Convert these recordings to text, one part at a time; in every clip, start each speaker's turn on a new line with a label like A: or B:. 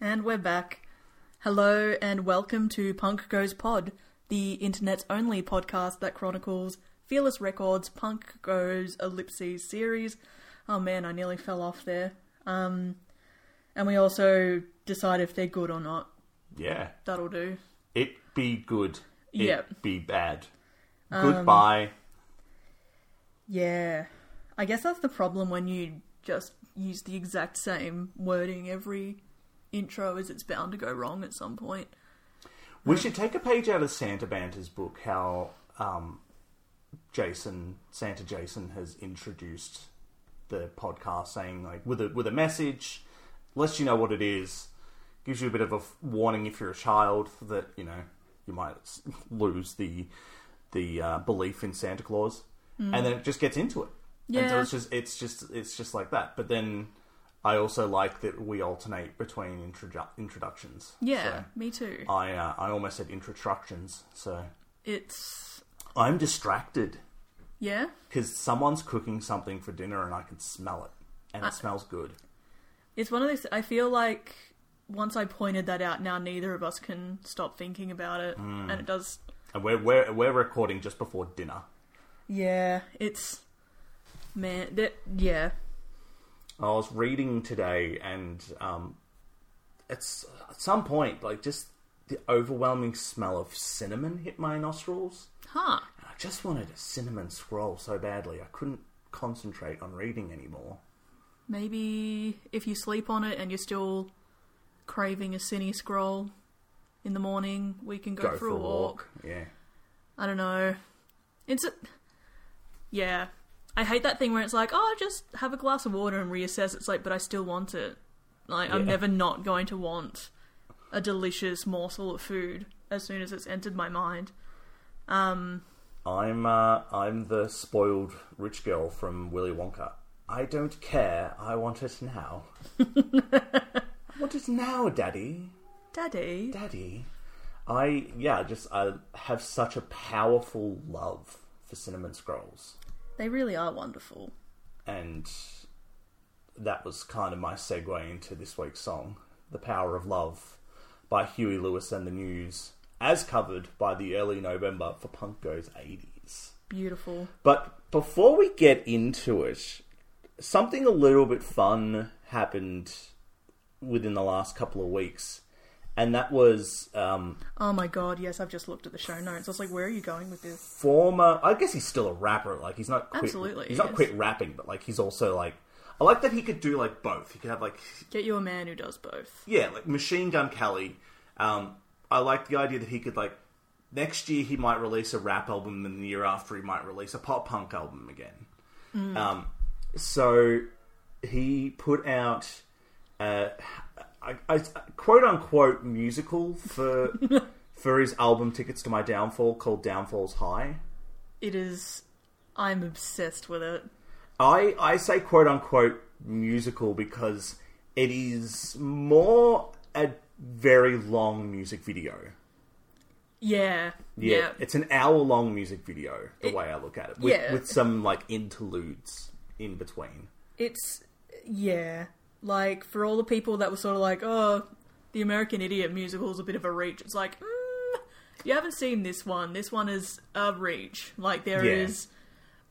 A: And we're back. Hello and welcome to Punk Goes Pod, the internet's only podcast that chronicles Fearless Records Punk Goes Ellipses series. Oh man, I nearly fell off there. Um, and we also decide if they're good or not.
B: Yeah.
A: That'll do.
B: It be good. It
A: Yep.
B: be bad. Goodbye.
A: Yeah. I guess that's the problem when you just use the exact same wording every intro is it's bound to go wrong at some point.
B: We should take a page out of Santa Banter's book how um, Jason Santa Jason has introduced the podcast saying like with a with a message, lets you know what it is, gives you a bit of a f- warning if you're a child that you know you might s- lose the the uh, belief in Santa Claus, and then it just gets into it. And so
A: Hmm. Yeah.
B: it's just it's just it's just like that. But then I also like that we alternate between introdu- introductions.
A: Yeah,
B: So-
A: me too.
B: I uh, I almost said introductions, so
A: It's
B: I'm distracted
A: yeah.
B: because someone's cooking something for dinner and I can smell it,
A: Uh.
B: and it smells good.
A: It's one of those I feel like once I pointed that out now neither of us can stop thinking about it and it does
B: And we're we're we're recording just before dinner.
A: Yeah, it's man that yeah.
B: I was reading today, and um, it's at some point like just the overwhelming smell of cinnamon hit my nostrils.
A: Huh.
B: And I just wanted a cinnamon scroll so badly I couldn't concentrate on reading anymore.
A: Maybe if you sleep on it and you're still craving a cine scroll in the morning, we can go, for, a walk.
B: Yeah.
A: I don't know. It's a... yeah. I hate that thing where it's like, oh, just have a glass of water and reassess. It's like, but I still want it. Like I'm
B: Yeah.
A: never not going to want a delicious morsel of food as soon as it's entered my mind.
B: I'm uh, I'm the spoiled rich girl from Willy Wonka. I don't care. I want it now. I want it now, Daddy.
A: Daddy,
B: Daddy. I yeah, just I have such a powerful love for cinnamon scrolls,
A: they really are wonderful.
B: and that was kind of my segue into this week's song, "The Power of Love," by Huey Lewis and the News, as covered by the early November for Punk Goes Eighties.
A: Beautiful.
B: But before we get into it, something a little bit fun happened within the last couple of weeks, and that was um,
A: Oh my god, yes, I've just looked at the show notes. I was like, where are you going with this?
B: former. I guess he's still a rapper. Like he's not quit,
A: Absolutely,
B: He's not
A: yes.
B: quit rapping, but like he's also like. I like that he could do like both. He could have like
A: Get you a man who does both.
B: yeah, like Machine Gun Kelly. Um, I like the idea that he could like next year he might release a rap album, and the year after he might release a pop punk album again. Um, so he put out uh, I, I, quote unquote musical for for his album Tickets to My Downfall called Downfall's High.
A: It is. I'm obsessed with it.
B: I, I say quote unquote musical because it is more a very long music video.
A: Yeah.
B: Yeah,
A: Yeah.
B: it's an hour long music video. The way I look at it, with,
A: yeah.
B: with some like interludes in between.
A: It's. Yeah. Like, for all the people that were sort of like, oh, the American Idiot musical is a bit of a reach, it's like, mm, you haven't seen this one. This one is a reach. Like, there is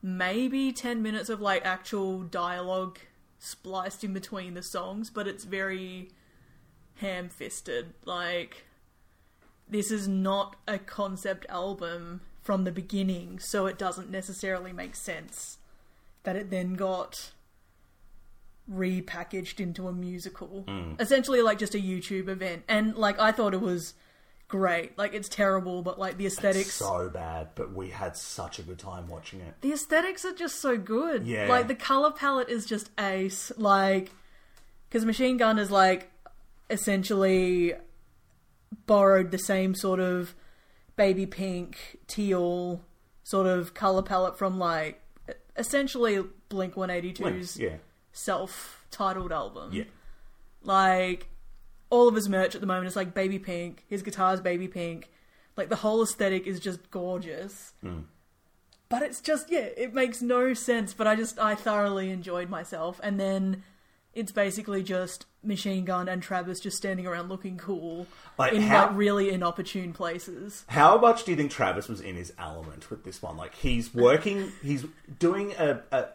B: Yeah.
A: maybe 10 minutes of, like, actual dialogue spliced in between the songs, but it's very ham fisted. Like, this is not a concept album from the beginning, so it doesn't necessarily make sense that it then got repackaged into a musical. Essentially, like just a YouTube event. And, like, I thought it was great. Like, it's terrible, but, like, the aesthetics.
B: So bad, but we had such a good time watching it.
A: The aesthetics are just so good.
B: Yeah.
A: Like the color palette is just ace. Like, because Machine Gun is like essentially borrowed the same sort of baby pink, teal sort of color palette from like essentially Blink 182's
B: Yeah,
A: self titled album.
B: yeah,
A: Like, all of his merch at the moment is like baby pink. His guitar's baby pink. Like, the whole aesthetic is just gorgeous.
B: Hmm.
A: But it's just, yeah, it makes no sense. But I just, I thoroughly enjoyed myself. And then it's basically just Machine Gun and Travis just standing around looking cool
B: Like,
A: in
B: how-
A: like really inopportune places.
B: How much do you think Travis was in his element with this one? Like he's working, he's doing a, a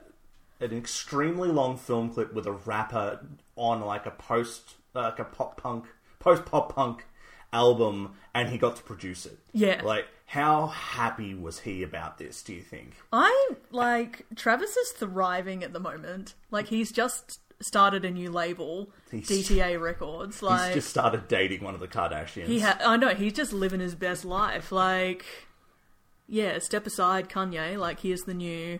B: an extremely long film clip with a rapper on like a post like a pop punk post pop punk album, and he got to produce it.
A: Yeah.
B: like how happy was he about this? Do you think?
A: I'm like Travis is thriving at the moment. Like he's just started a new label,
B: He's-
A: DTA Records.
B: He's
A: Like
B: just started dating one of the Kardashians.
A: he ha- I know he's just living his best life. Like yeah, step aside Kanye. Like he is the new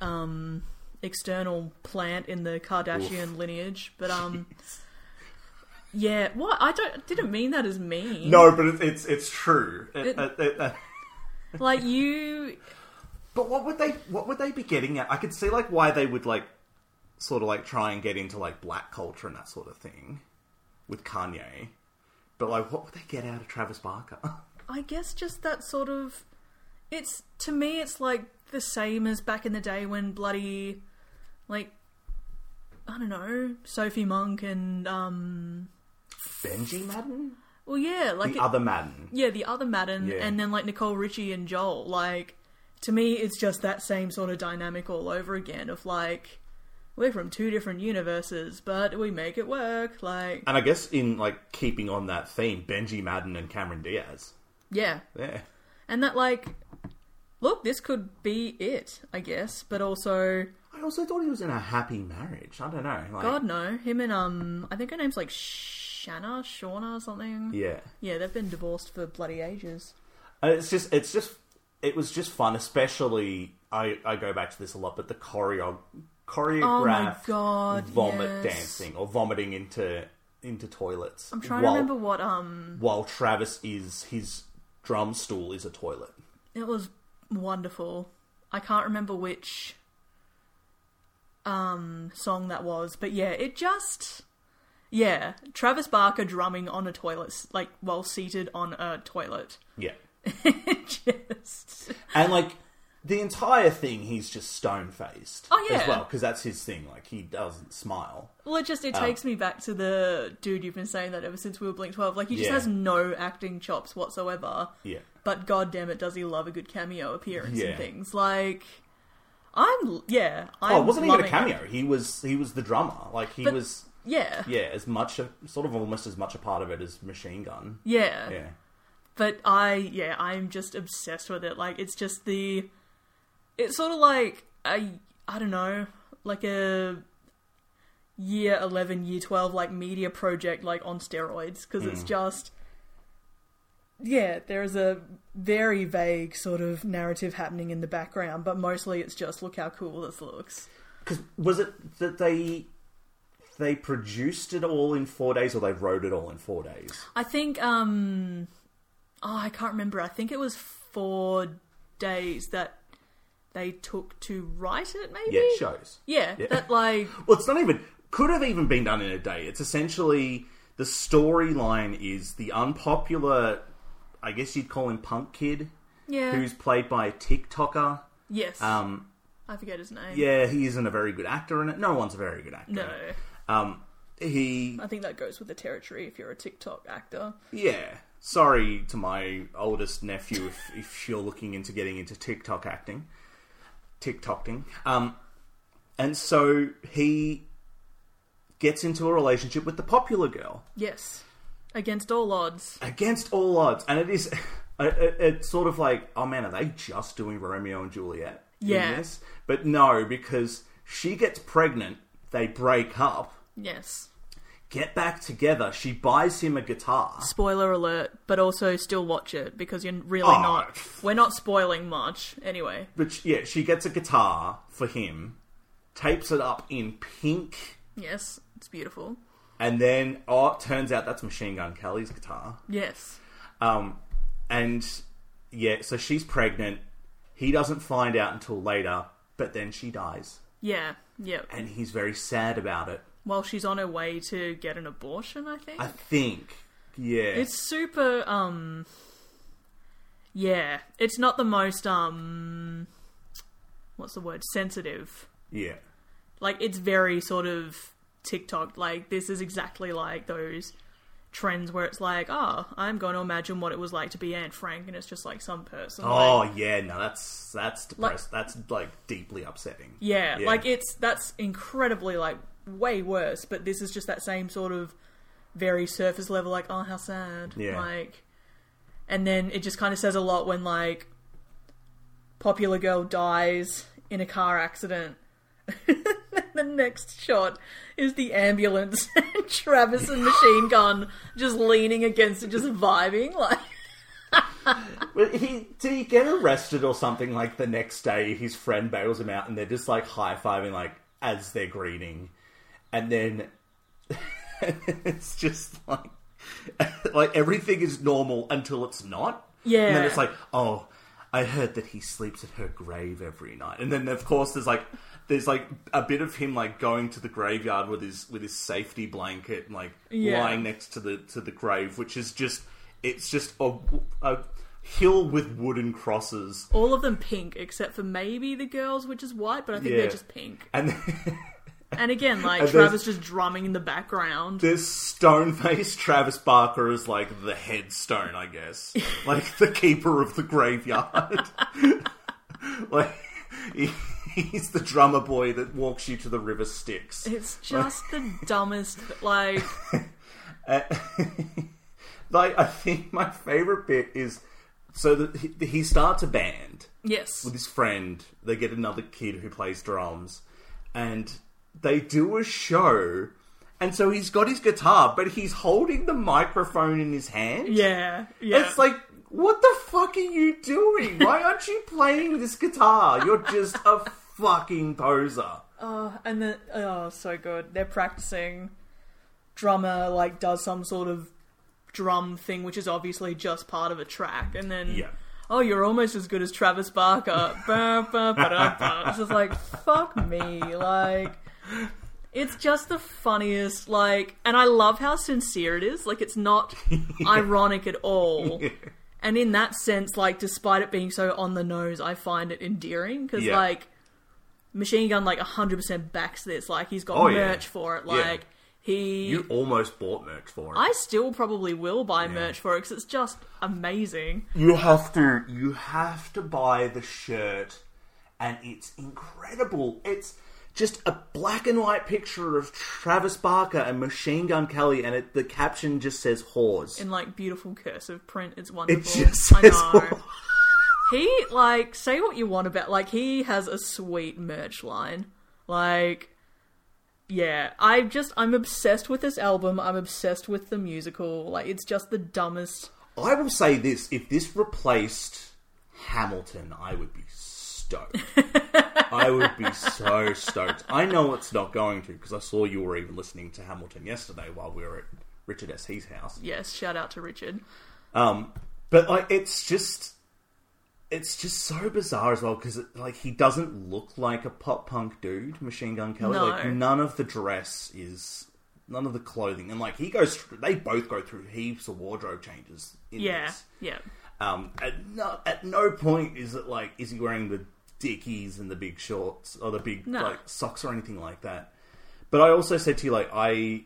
A: um external plant in the Kardashian lineage, but um yeah, what I don't didn't mean that as mean.
B: no, but it's it's, it's true. Uh, It-
A: It-
B: it- it-
A: Like you
B: But what would they what would they be getting at? I could see like why they would like sort of like try and get into like black culture and that sort of thing with Kanye. But like what would they get out of Travis Barker?
A: I guess just that sort of. It's to me, it's like the same as back in the day when bloody, like, I don't know, Sophie Monk and um,
B: Benji Madden?
A: well, yeah, like
B: The
A: it-
B: other Madden.
A: yeah, the other Madden,
B: Yeah.
A: and then like Nicole Richie and Joel. Like, to me, it's just that same sort of dynamic all over again. Of like, we're from two different universes, but we make it work. Like,
B: And I guess in like keeping on that theme, Benji Madden and Cameron Diaz.
A: yeah,
B: Yeah.
A: and that like, look, this could be it, I guess, but also.
B: I also thought he was in a happy marriage. I don't know. Like
A: God no, him and um, I think her name's like Shanna, Shauna, or something.
B: Yeah.
A: Yeah, they've been divorced for bloody ages.
B: And Uh, it's just it's just it was just fun, especially I, I go back to this a lot, but the choreo choreographed
A: Oh God,
B: vomit
A: yes.
B: dancing or vomiting into into toilets.
A: I'm trying
B: while,
A: to remember what um,
B: while Travis is his drum stool is a toilet.
A: it was wonderful. I can't remember which um song that was, but yeah, it just yeah, Travis Barker drumming on a toilet, s- like while seated on a toilet.
B: Yeah.
A: just
B: And like the entire thing he's just stone faced
A: Oh, yeah.
B: as well because that's his thing like he doesn't smile.
A: Well, it
B: Uh.
A: just it takes me back to the dude you've been saying that ever since we were Blink Twelve. Like he just
B: Yeah.
A: has no acting chops whatsoever.
B: Yeah.
A: But goddamn it, does he love a good cameo appearance
B: Yeah.
A: and things like? I'm yeah. I'm
B: Oh, it wasn't even a
A: loving it.
B: cameo. He was he was the drummer. Like he
A: But-
B: was
A: Yeah, yeah,
B: yeah, as much a, sort of almost as much a part of it as Machine Gun. Yeah.
A: But I yeah, I'm just obsessed with it. Like it's just the, it's sort of like I I don't know like a year 11 year 12 like media project like on steroids because it's just yeah there is a very vague sort of narrative happening in the background but mostly it's just look how cool this looks
B: Because was it that they they produced it all in four days, or they wrote it all in four days?
A: i think um oh i can't remember i think it was four days that they took to write it maybe
B: Yeah, it shows.
A: yeah,
B: Yeah.
A: that like
B: Well, it's not even could have even been done in a day. It's essentially the storyline is the unpopular, I guess you'd call him punk kid,
A: yeah
B: who's played by a TikToker.
A: yes
B: Um,
A: i forget his name
B: yeah, he isn't a very good actor in it. No one's a very good actor. in
A: no
B: it. Um, he
A: i think that goes with the territory if you're a tiktok actor
B: Yeah. Sorry to my oldest nephew if, if you're looking into getting into TikTok acting. TikToking. Um, and so he gets into a relationship with the popular girl
A: Yes. Against all odds.
B: against all odds. And it is. it- it- It's sort of like, oh man, are they just doing Romeo and Juliet? in
A: Yeah.
B: this? But no, because she gets pregnant, they break up,
A: Yes.
B: get back together, she buys him a guitar.
A: Spoiler alert, but also still watch it because you're really
B: Oh.
A: not. We're not spoiling much. Anyway.
B: But sh- yeah, she gets a guitar for him, tapes it up in pink,
A: Yes. It's beautiful.
B: and then oh, it turns out that's Machine Gun Kelly's guitar.
A: Yes.
B: Um, and yeah, so she's pregnant. He doesn't find out until later, but then she dies,
A: Yeah. Yeah.
B: and he's very sad about it.
A: While she's on her way to get an abortion, I think.
B: I think, yeah,
A: It's super um Yeah. It's not the most um what's the word? Sensitive.
B: yeah,
A: Like it's very sort of TikTok. Like this is exactly like those trends where it's like, oh, I'm going to imagine what it was like to be Anne Frank, and it's just like some person. like-
B: Oh yeah, no, that's that's depressed. that's like deeply upsetting.
A: Yeah,
B: Yeah.
A: like it's that's incredibly like way worse, but this is just that same sort of very surface level like oh how sad.
B: Yeah.
A: Like and then it just kind of says a lot when like popular girl dies in a car accident. the next shot is the ambulance and Travis and machine gun just leaning against it just vibing like
B: But he did he get arrested or something? Like the next day, his friend bails him out, and they're just like high fiving, like as they're greeting, and then it's just like like everything is normal until it's not. and then
A: Yeah.
B: it's like oh. I heard that he sleeps at her grave every night, and then of course there's like there's like a bit of him like going to the graveyard with his with his safety blanket, and like
A: Yeah.
B: lying next to the to the grave, which is just it's just a, a hill with wooden crosses,
A: all of them pink except for maybe the girls which is white, but I think
B: Yeah.
A: they're just pink.
B: and
A: And again, like
B: And there's-
A: Travis just drumming in the background.
B: this stone faced Travis Barker is like the headstone, I guess, like the keeper of the graveyard, like. He, he's the drummer boy that walks you to the river Styx.
A: It's just the dumbest. Like,
B: Like, I think my favorite bit is so that he, he starts a band,
A: yes,
B: with his friend. They get another kid who plays drums, and they do a show. And so he's got his guitar, but he's holding the microphone in his hand.
A: yeah, yeah.
B: It's like, what the fuck are you doing? Why aren't you playing this guitar? You're just a fucking poser.
A: and then oh, so good. They're practicing. Drummer like does some sort of drum thing, which is obviously just part of a track, and then
B: Yeah.
A: oh, you're almost as good as Travis Barker. Ba, ba, ba, da, ba. It's just like fuck me, like. It's just the funniest, like, and I love how sincere it is. Like, it's not ironic at all. And in that sense, like, despite it being so on the nose, I find it endearing because,
B: Yeah.
A: like, Machine Gun, like, 100% backs this. Like, he's got
B: Oh, yeah.
A: merch for it.
B: Yeah.
A: Like, he.
B: You almost bought merch for it.
A: I still probably will buy merch for it because it's just amazing.
B: You have to. You have to buy the shirt, and it's incredible. It's just a black and white picture of Travis Barker and Machine Gun Kelly, and it, the caption just says "whores."
A: In, like, beautiful cursive print. It's wonderful.
B: just
A: I
B: says
A: know. he, like, say what you want about, like, he has a sweet merch line. Like, yeah, I just, I'm obsessed with this album. I'm obsessed with the musical. Like, it's just the dumbest.
B: I will say this: if this replaced Hamilton, I would be stoked. I would be so stoked. I know it's not going to because I saw you were even listening to Hamilton yesterday while we were at Richard S. He's house.
A: Yes, shout out to Richard.
B: Um, but like, it's just, it's just so bizarre as well because like he doesn't look like a pop punk dude, Machine Gun Kelly.
A: No.
B: Like none of the dress is, none of the clothing, and like he goes, through, they both go through heaps of wardrobe changes. In
A: Yeah,
B: this.
A: yeah.
B: Um, at no, at no point is it like is he wearing the dickies and the big shorts or the big
A: No.
B: like socks or anything like that. But I also said to you like I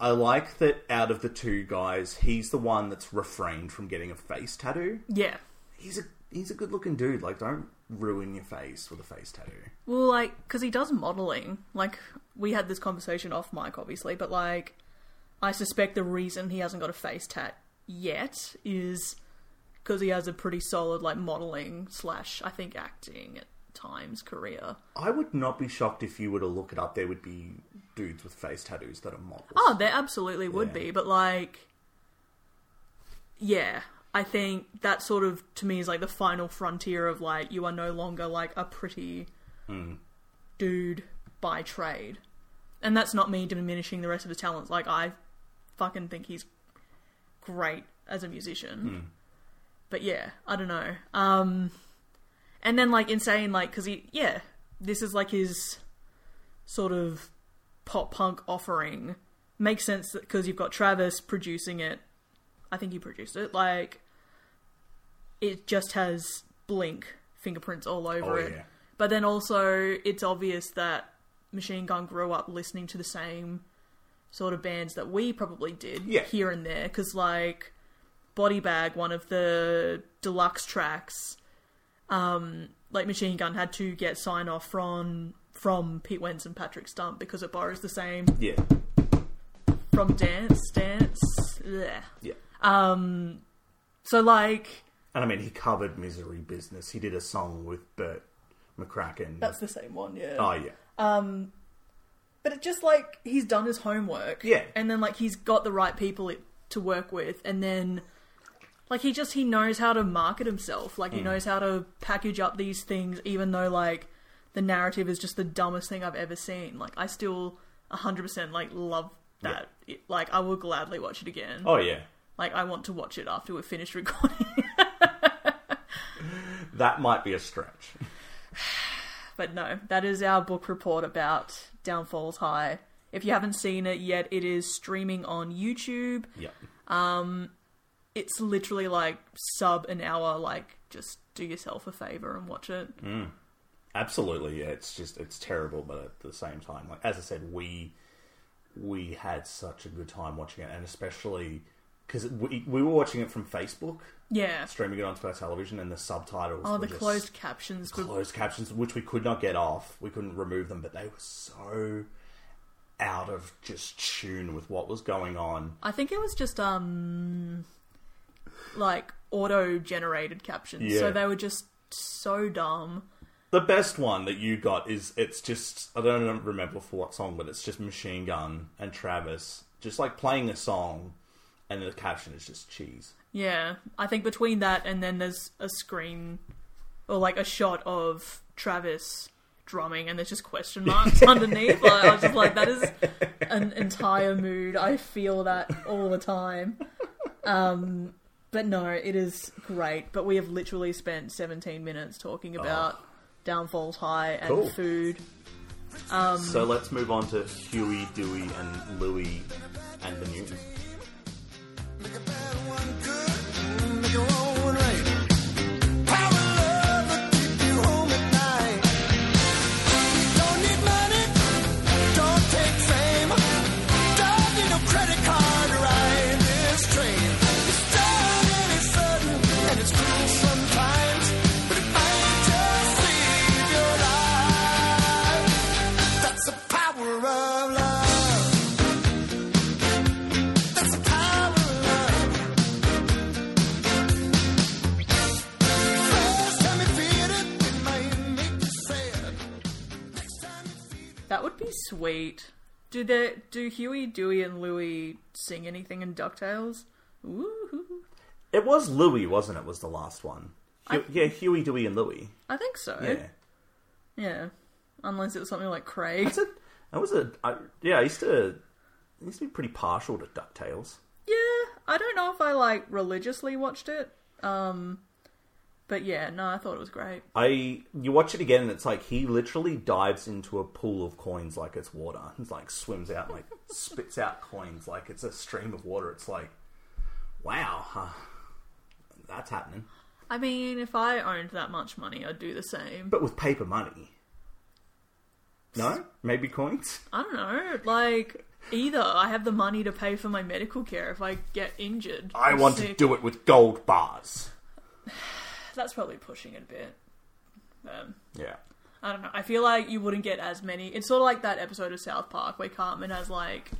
B: I like that out of the two guys, he's the one that's refrained from getting a face tattoo.
A: Yeah.
B: He's a he's a good looking dude. Like don't ruin your face with a face tattoo.
A: Well, like, because he does modeling. Like, we had this conversation off mic, obviously, but, like, I suspect the reason he hasn't got a face tat yet is because he has a pretty solid, like, modeling slash, I think, acting at times career.
B: I would not be shocked if you were to look it up. There would be dudes with face tattoos that are models.
A: Oh, there absolutely would
B: Yeah.
A: be, but like, yeah, I think that sort of to me is like the final frontier of like you are no longer like a pretty dude by trade, and that's not me diminishing the rest of his talents. Like I fucking think he's great as a musician, but yeah, I don't know. Um, and then like insane, like because he yeah, this is like his sort of pop punk offering makes sense because you've got Travis producing it. I think he produced it. Like, it just has Blink fingerprints all over
B: Oh,
A: it.
B: yeah.
A: But then also, it's obvious that Machine Gun grew up listening to the same sort of bands that we probably did
B: Yeah.
A: here and there because like Body Bag, one of the deluxe tracks, um, like Machine Gun had to get sign off from from Pete Wentz and Patrick Stump because it borrows the same
B: Yeah,
A: from Dance Dance. Yeah.
B: yeah.
A: So like
B: And I mean, he covered "Misery Business." He did a song with Bert McCracken.
A: that's the same one, yeah.
B: oh yeah,
A: But it just like he's done his homework.
B: Yeah.
A: And then like he's got the right people it, to work with and then like he just he knows how to market himself. Like he
B: Mm.
A: knows how to package up these things even though like the narrative is just the dumbest thing I've ever seen. Like I still 100% like love that. It- like I will gladly watch it again.
B: oh yeah.
A: Like I want to watch it after we've finished recording.
B: That might be a stretch.
A: But no, that is our book report about Downfalls High. If you haven't seen it yet, it is streaming on YouTube.
B: Yep.
A: It's literally like sub an hour. Like, just do yourself a favor and watch it.
B: Absolutely, yeah. It's just it's terrible, but at the same time, like as I said, we we had such a good time watching it, and especially because we we were watching it from Facebook,
A: Yeah.
B: streaming it onto our television, and the subtitles.
A: Oh,
B: were
A: the
B: just
A: closed captions. were-
B: closed captions, which we could not get off. We couldn't remove them, but they were so out of just tune with what was going on.
A: I think it was just um, like auto generated captions.
B: Yeah.
A: So they were just so dumb.
B: The best one that you got is it's just I don't remember for what song, but it's just Machine Gun and Travis just like playing a song, and the caption is just cheese.
A: Yeah, I think between that and then there's a screen or like a shot of Travis drumming, and there's just question marks underneath. Like, I was just like, that is an entire mood. I feel that all the time. Um, but no, it is great. But we have literally spent 17 minutes talking about Downfalls High and
B: Oh. Cool.
A: food.
B: So let's move on to Huey, Dewey, and Louie, and the news.
C: Make a bad one good, make a wrong one right. Power love will keep you home at night. Don't need money, don't take fame, don't need no credit card to ride this train. It's dark and it's sudden and it's cruel sometimes, but it might just save your life. That's the power of love. That's the power of love. First time you feel it, it might make you sad. Next time you feel it.
A: That would be sweet. Do they, do Huey, Dewey, and Louie sing anything in DuckTales? Ooh,
B: It was Louie, wasn't it? Was the last one? Hu- yeah, Huey, Dewey, and Louie.
A: I think so.
B: Yeah,
A: Yeah. Unless it was something like Craig.
B: that's it. That was a I, yeah. I used to I used to be pretty partial to Ducktales.
A: Yeah. I don't know if I like religiously watched it. Um but yeah, no, I thought it was great.
B: I you watch it again and it's like he literally dives into a pool of coins like it's water. It's like swims out and like spits out coins like it's a stream of water. It's like wow, huh? that's happening.
A: I mean, if I owned that much money, I'd do the same.
B: But with paper money. No? Maybe coins?
A: I don't know. Like either I have the money to pay for my medical care if I get injured.
B: I
A: or
B: want to
A: sick.
B: do it with gold bars.
A: That's probably pushing it a bit. Um,
B: Yeah.
A: I don't know. I feel like you wouldn't get as many. It's sort of like that episode of South Park where Cartman has like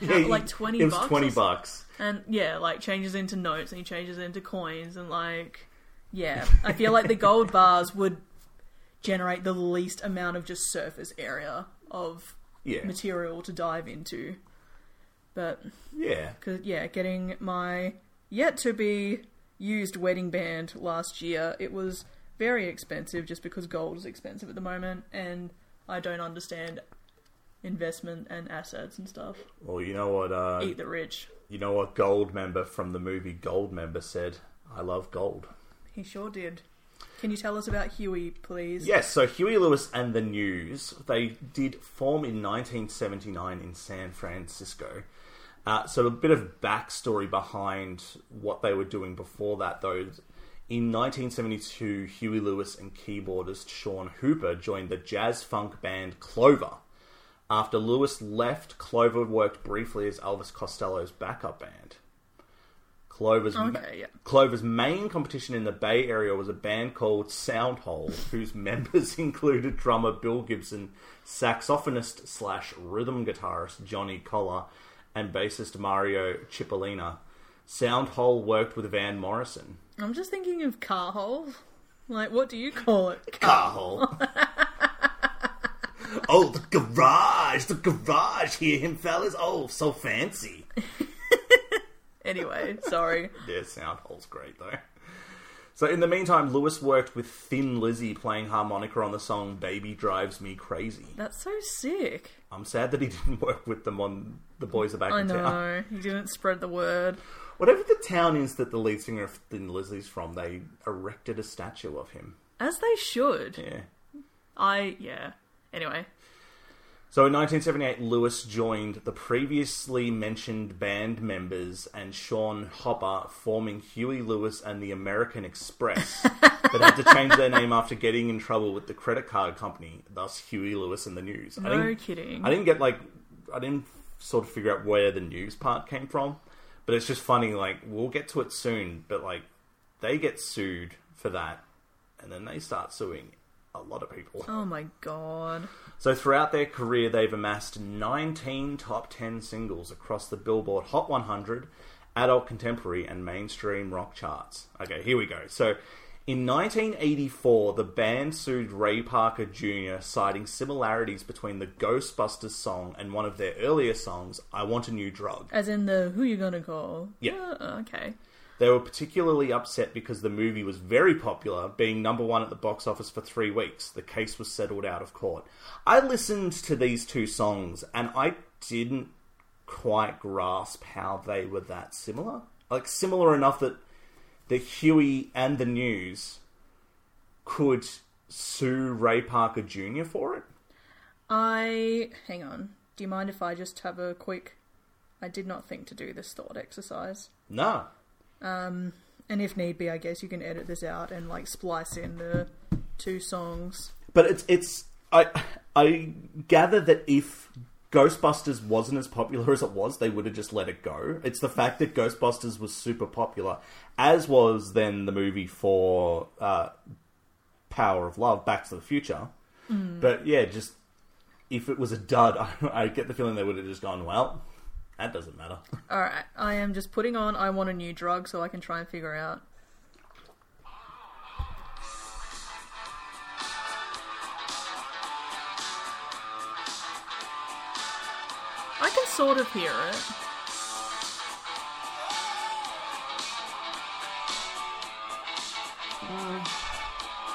B: yeah you-
A: like 20
B: It was
A: bucks or
B: 20
A: something?
B: bucks.
A: And yeah, like changes into notes and he changes into coins and like yeah, I feel like the gold bars would generate the least amount of just surface area of
B: Yeah.
A: material to dive into. But
B: Yeah.
A: 'cause, yeah, getting my yet to be used wedding band last year, it was very expensive just because gold is expensive at the moment and I don't understand investment and assets and stuff.
B: Well, you know what uh
A: Eat the rich.
B: you know what gold member from the movie Gold Member said? I love gold.
A: He sure did. Can you tell us about Huey, please?
B: Yes, so Huey Lewis and the News, they did form in 1979 in San Francisco. Uh, so a bit of backstory behind what they were doing before that, though. In 1972, Huey Lewis and keyboardist Sean Hooper joined the jazz funk band Clover. After Lewis left, Clover worked briefly as Elvis Costello's backup band. Clover's ma-
A: Okay, yeah.
B: Clover's main competition in the Bay Area was a band called Soundhole, whose members included drummer Bill Gibson, saxophonist slash rhythm guitarist Johnny Collar, and bassist Mario Cipollina. Soundhole worked with Van Morrison.
A: I'm just thinking of car hole. Like, what do you call it?
B: Carl. oh, the garage, the garage. Hear him, fellas? Oh, so fancy.
A: Anyway, sorry.
B: Their sound hole's great, though. So, in the meantime, Lewis worked with Thin Lizzy playing harmonica on the song Baby Drives Me Crazy.
A: That's so sick.
B: I'm sad that he didn't work with them on The Boys Are Back
A: I
B: in Town.
A: know. You didn't spread the word.
B: Whatever the town is that the lead singer of Thin Lizzy's from, they erected a statue of him.
A: As they should.
B: Yeah.
A: I, yeah. Anyway.
B: So in 1978, Lewis joined the previously mentioned band members and Sean Hopper, forming Huey Lewis and the American Express, but had to change their name after getting in trouble with the credit card company, thus Huey Lewis and the News. I
A: No
B: didn't,
A: kidding.
B: I didn't get like, I didn't sort of figure out where the news part came from, but it's just funny. Like we'll get to it soon, but like they get sued for that, and then they start suing a lot of people.
A: Oh my god.
B: So throughout their career, they've amassed 19 top 10 singles across the Billboard Hot 100, adult contemporary, and mainstream rock charts. Okay, here we go. So in 1984, the band sued Ray Parker Jr., citing similarities between the Ghostbusters song and one of their earlier songs, I Want a New Drug.
A: As in the who you gonna call?
B: Yeah.
A: Uh, okay.
B: They were particularly upset because the movie was very popular, being number one at the box office for three weeks. The case was settled out of court. I listened to these two songs and I didn't quite grasp how they were that similar. Like, similar enough that the Huey and the News could sue Ray Parker Jr. for it.
A: I hang on. Do you mind if I just have a quick? I did not think to do this thought exercise,
B: No.
A: and if need be, I guess you can edit this out and like splice in the two songs.
B: But it's it's I I gather that if Ghostbusters wasn't as popular as it was, they would have just let it go. It's the fact that Ghostbusters was super popular, as was then the movie for uh, Power of Love, Back to the Future. But yeah, just if it was a dud, I, I get the feeling they would have just gone, well, that doesn't matter.
A: All right, I am just putting on. I want a new drug so I can try and figure out. I can sort of hear it.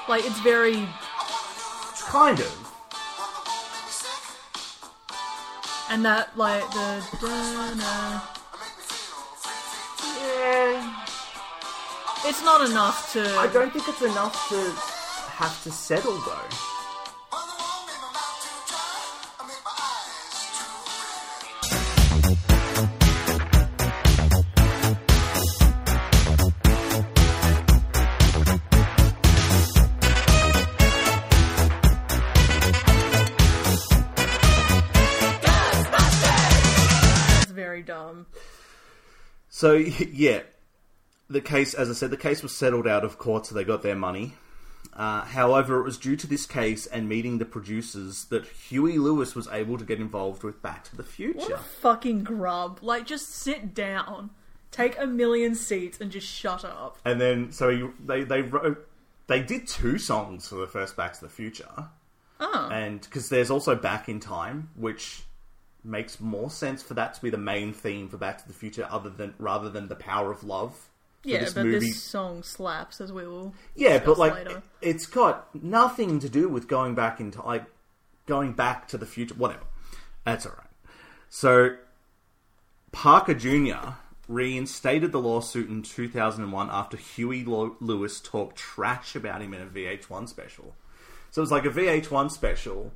A: Like it's very
B: kind of.
A: and that like the da-na.
B: Yeah,
A: it's not enough to
B: I don't think it's enough to have to settle though.
A: It's very dumb.
B: So yeah, the case, as I said, the case was settled out of court, so they got their money. Uh, however, it was due to this case and meeting the producers that Huey Lewis was able to get involved with Back to the
A: What
B: Future.
A: a fucking grub. Like, just sit down, take a million seats, and just shut up.
B: And then, so he, they they wrote, they did two songs for the first Back to the Future. Oh, and because there's also Back in Time, which makes more sense for that to be the main theme for Back to the Future, other than rather than the power of love. for
A: Yeah,
B: this
A: but
B: movie.
A: this song slaps, as we will.
B: Yeah, but
A: discuss
B: like
A: later.
B: it- it's got nothing to do with going back into like going back to the future. Whatever, that's all right. So Parker Jr. reinstated the lawsuit in 2001 after Huey Lo- Lewis talked trash about him in a VH1 special. So it was like a VH1 special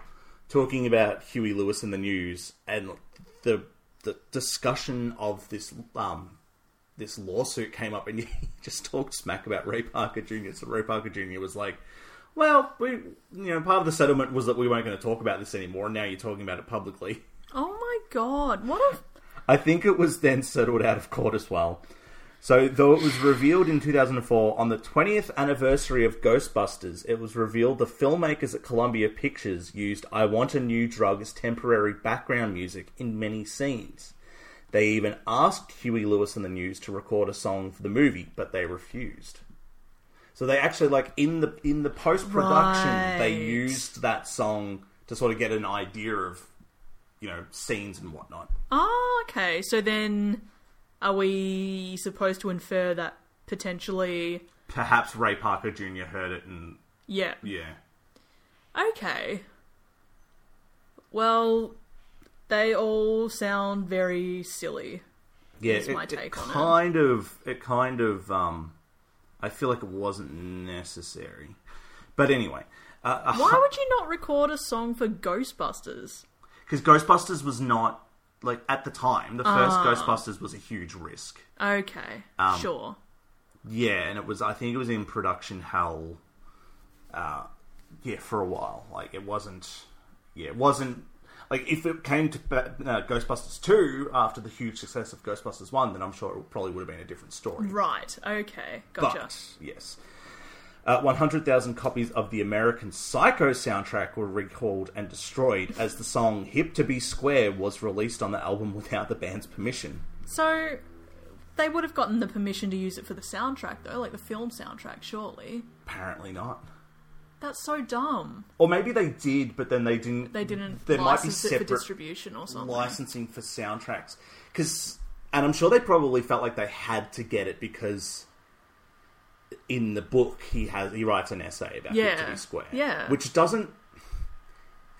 B: talking about Huey Lewis in the news and the the discussion of this um, this lawsuit came up, and he just talked smack about Ray Parker Jr. So Ray Parker Jr. was like, "Well, we, you know, part of the settlement was that we weren't going to talk about this anymore. And now you're talking about it publicly."
A: Oh my god, what a
B: I think it was then settled out of court as well. So, though it was revealed in 2004, on the 20th anniversary of Ghostbusters, it was revealed the filmmakers at Columbia Pictures used I Want a New Drug as temporary background music in many scenes. They even asked Huey Lewis and the News to record a song for the movie, but they refused. So they actually like in the in the post production they
A: Right.
B: used that song to sort of get an idea of you know scenes and whatnot.
A: Oh, okay. So then, are we supposed to infer that potentially?
B: perhaps Ray Parker Jr. heard it and
A: Yeah.
B: yeah.
A: Okay. Well, they all sound very silly.
B: Yeah,
A: That's
B: it,
A: my
B: it
A: take on it.
B: kind of it kind of um I feel like it wasn't necessary. But anyway, Uh-huh.
A: Why would you not record a song for Ghostbusters?
B: cuz Ghostbusters was not like at the time, the first
A: Ah.
B: Ghostbusters was a huge risk.
A: Okay,
B: Um.
A: sure.
B: Yeah, and it was I think it was in production hell uh yeah, for a while. Like it wasn't yeah, it wasn't like if it came to uh, Ghostbusters 2 after the huge success of Ghostbusters 1, then I'm sure it probably would have been a different story.
A: Right. Okay.
B: But
A: Gotcha.
B: yes, uh, 100,000 copies of the American Psycho soundtrack were recalled and destroyed as the song "Hip to Be Square" was released on the album without the band's permission.
A: So they would have gotten the permission to use it for the soundtrack, though, like the film soundtrack. Surely.
B: Apparently not.
A: That's so dumb.
B: Or maybe they did, but then they didn't.
A: They didn't
B: There might be
A: license it for
B: separate
A: distribution or something.
B: licensing for soundtracks because, and I'm sure they probably felt like they had to get it because. In the book, he has he writes an essay about Hip to
A: Yeah.
B: Be Square,
A: Yeah.
B: which doesn't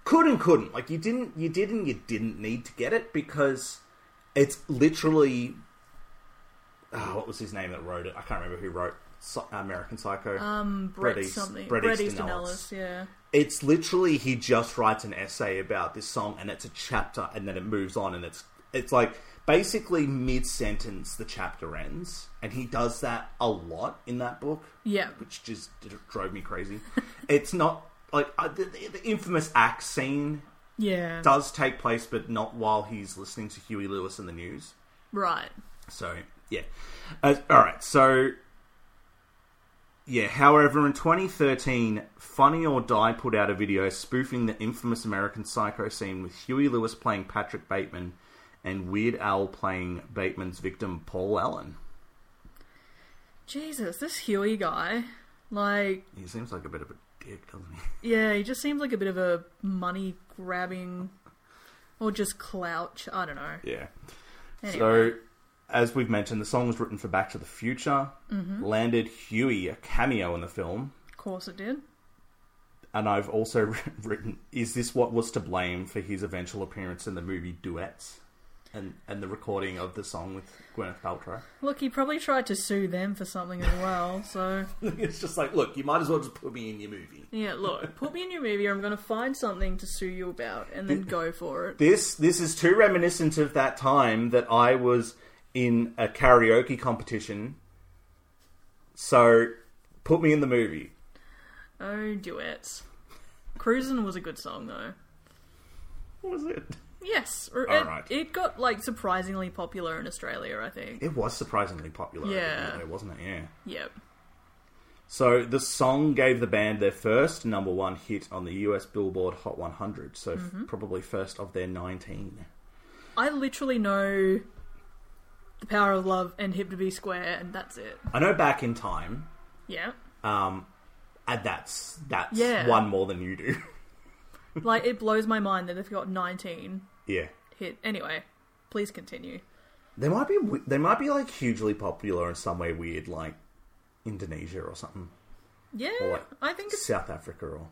B: could and couldn't. Like you didn't, you did and you didn't need to get it because it's literally. Oh, what was his name that wrote it? I can't remember who wrote Psy- American Psycho. Um,
A: Brett something. Brett, Easton Ellis. Yeah.
B: It's literally he just writes an essay about this song, and it's a chapter, and then it moves on, and it's it's like basically mid sentence the chapter ends, and he does that a lot in that book
A: Yeah.
B: which just d- drove me crazy. it's not like uh, the, the infamous axe scene
A: Yeah.
B: does take place, but not while he's listening to Huey Lewis in the news.
A: Right.
B: So yeah, uh, all right. So yeah. However, in 2013, Funny or Die put out a video spoofing the infamous American Psycho scene with Huey Lewis playing Patrick Bateman and Weird Al playing Bateman's victim Paul Allen.
A: Jesus, this Huey guy. Like,
B: He seems like a bit of a dick, doesn't he?
A: yeah, he just seems like a bit of a money grabbing or just clout. I don't know.
B: Yeah.
A: Anyway.
B: So, as we've mentioned, the song was written for Back to the Future, landed Huey a cameo in the film,
A: Of course it did.
B: and I've also written, is this what was to blame for his eventual appearance in the movie Duets? And, and the recording of the song with Gwyneth Paltrow.
A: Look, he probably tried to sue them for something as well, so.
B: it's just like, look, you might as well just put me in your movie.
A: Yeah, look, put me in your movie or I'm going to find something to sue you about and then go for it.
B: This this is too reminiscent of that time that I was in a karaoke competition. So, put me in the movie.
A: Oh, duets. Cruisin' was a good song, though.
B: What was it?
A: Yes. It,
B: Alright.
A: it got, like, surprisingly popular in Australia, I think.
B: It was surprisingly popular. over
A: Yeah.
B: there, wasn't it? Yeah.
A: Yep.
B: So the song gave the band their first number one hit on the US Billboard Hot 100. So f-
A: Mm-hmm.
B: probably first of their 19.
A: I literally know the power of love and hip to be square, and that's it.
B: I know back in time,
A: Yeah,
B: and that's that's
A: Yeah.
B: one more than you do.
A: like it blows my mind that they've got 19
B: yeah.
A: hit. Anyway, please continue.
B: They might be w- they might be like hugely popular in some way weird like Indonesia or something.
A: Yeah,
B: Or like
A: I think it's.
B: South Africa or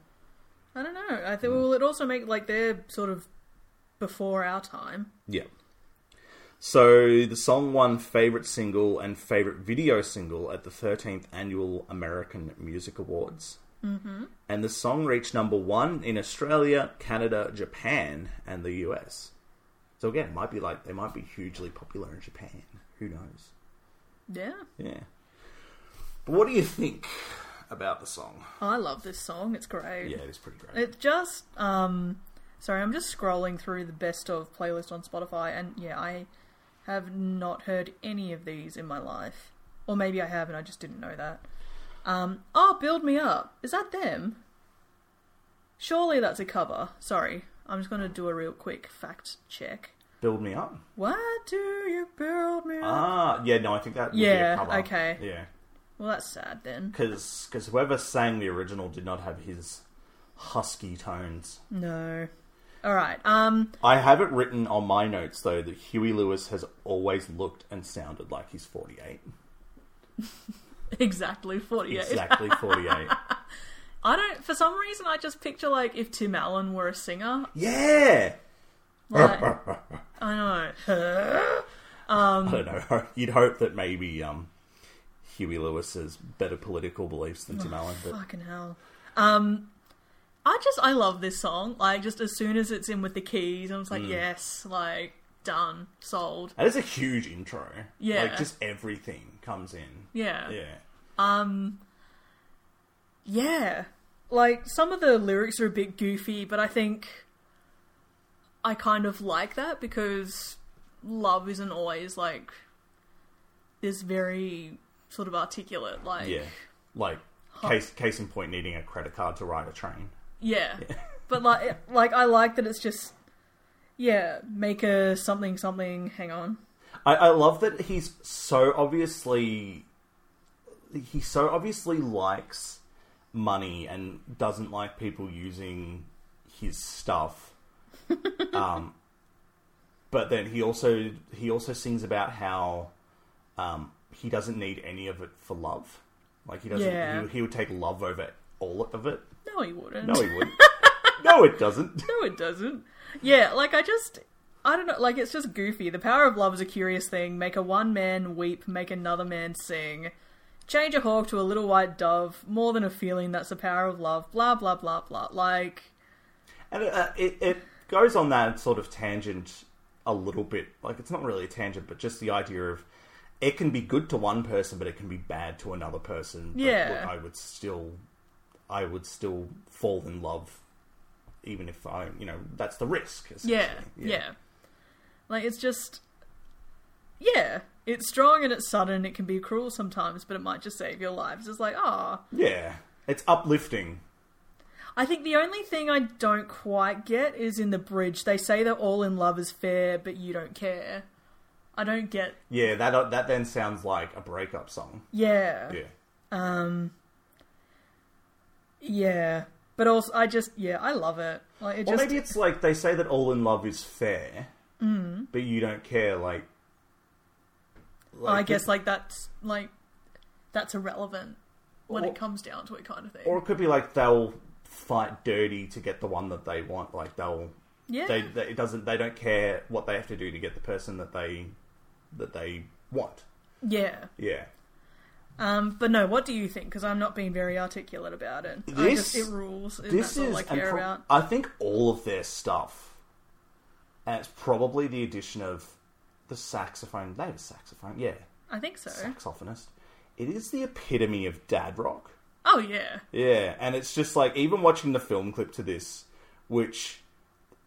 A: I don't know. I
B: Hmm.
A: think well, it also make like they're sort of before our time.
B: Yeah. So the song won favorite single and favorite video single at the 13th annual American Music Awards. Mm-hmm. And the song reached number one in Australia, Canada, Japan, and the US. So again, it might be like they might be hugely popular in Japan. Who knows?
A: Yeah.
B: Yeah. But what do you think about the song?
A: I love this song. It's great.
B: Yeah, it is pretty great.
A: It just um sorry, I'm just scrolling through the best of playlist on Spotify and yeah, I have not heard any of these in my life. Or maybe I have and I just didn't know that. Um Oh, Build Me Up. Is that them? Surely that's a cover. Sorry. I'm just gonna do a real quick fact check.
B: Build me up.
A: Why do you build me up?
B: Ah, yeah, no, I think that. would
A: Yeah,
B: Be a cover.
A: okay.
B: Yeah,
A: Well that's sad then.
B: because whoever sang the original did not have his husky tones.
A: No. Alright, um
B: I have it written on my notes though that Huey Lewis has always looked and sounded like he's forty-eight.
A: exactly forty eight.
B: Exactly forty-eight.
A: I don't. For some reason, I just picture like if Tim Allen were a singer.
B: yeah.
A: Like, I know.
B: I don't know. You'd hope that maybe um, Huey Lewis has better political beliefs than Tim Allen, but
A: Fucking hell. Um, I just I love this song. Like, just as soon as it's in with the keys, I'm just like, yes, like done, sold.
B: that is a huge intro.
A: Yeah.
B: like just everything comes in.
A: Yeah.
B: Yeah.
A: Yeah. Like some of the lyrics are a bit goofy, but I think I kind of like that because love isn't always like this very sort of articulate like
B: Yeah. Like case case in point needing a credit card to ride a train.
A: Yeah. but like like I like that it's just yeah, make a something something hang on.
B: I, I love that he's so obviously he so obviously likes money and doesn't like people using his stuff. um, but then he also he also sings about how um, he doesn't need any of it for love. Like he doesn't
A: Yeah.
B: he, he would take love over all of it.
A: No he wouldn't.
B: No, he wouldn't. no, it doesn't.
A: No, it doesn't. Yeah, like I just I don't know, like it's just goofy. The power of love is a curious thing. Make a one man weep, make another man sing. Change a hawk to a little white dove, more than a feeling, that's the power of love, blah blah blah blah. Like
B: And it, uh, it, it goes on that sort of tangent a little bit. Like, it's not really a tangent, but just the idea of it can be good to one person, but it can be bad to another person. But,
A: Yeah.
B: look, I would still, I would still fall in love, even if I, you know, that's the risk. essentially.
A: Yeah, yeah. Like it's just Yeah. It's strong and it's sudden, it can be cruel sometimes, but it might just save your lives. It's like, ah.
B: Yeah. It's uplifting.
A: I think the only thing I don't quite get is in the bridge. They say that all in love is fair, but you don't care. I don't get
B: Yeah, that uh, that then sounds like a breakup song.
A: yeah.
B: Yeah.
A: Yeah. But also I just yeah, I love it. Like it
B: Or
A: just
B: maybe it's like they say that all in love is fair,
A: Mm.
B: but you don't care. Like,
A: I
B: like
A: guess like that's like that's irrelevant when
B: Or-
A: it comes down to it kind of thing.
B: or it could be like they'll fight dirty to get the one that they want. Like they'll
A: yeah.
B: they, they it doesn't they don't care what they have to do to get the person that they that they want.
A: yeah.
B: Yeah,
A: Um, but no, what do you think? Because I'm not being very articulate about it. I
B: This-
A: just, it rules. And
B: this
A: that's all
B: is.
A: I
B: and
A: care
B: pro-
A: about.
B: I think all of their stuff, and it's probably the addition of the saxophone. They have a saxophone, yeah,
A: I think so.
B: saxophonist. It is the epitome of dad rock.
A: Oh yeah,
B: Yeah, and it's just like even watching the film clip to this, which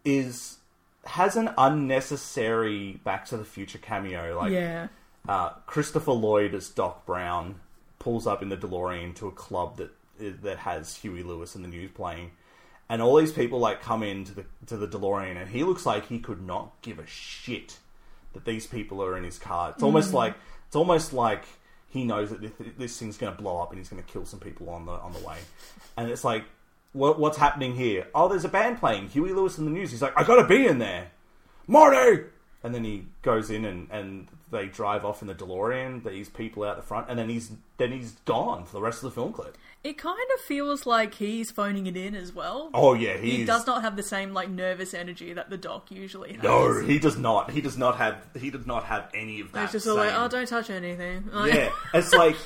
B: is has an unnecessary Back to the Future cameo. Like
A: yeah,
B: uh, Christopher Lloyd as Doc Brown pulls up in the DeLorean to a club that that has Huey Lewis and the News playing, and all these people like come into the to the DeLorean, and he looks like he could not give a shit that these people are in his car. It's almost like it's almost like he knows that this, this thing's going to blow up and he's going to kill some people on the on the way, and it's like. What, what's happening here? Oh, there's a band playing. Huey Lewis and the News. He's like, I gotta be in there. Marty! And then he goes in and, and they drive off in the DeLorean. These people out the front, and then he's then he's gone for the rest of the film clip.
A: it kind of feels like he's phoning it in as well.
B: Oh yeah, he's,
A: he does not have the same like nervous energy that the doc usually has.
B: No, he does not. He does not have. He does not have any of that.
A: it's just all like,
B: same-
A: oh, don't touch anything. Like,
B: Yeah, it's like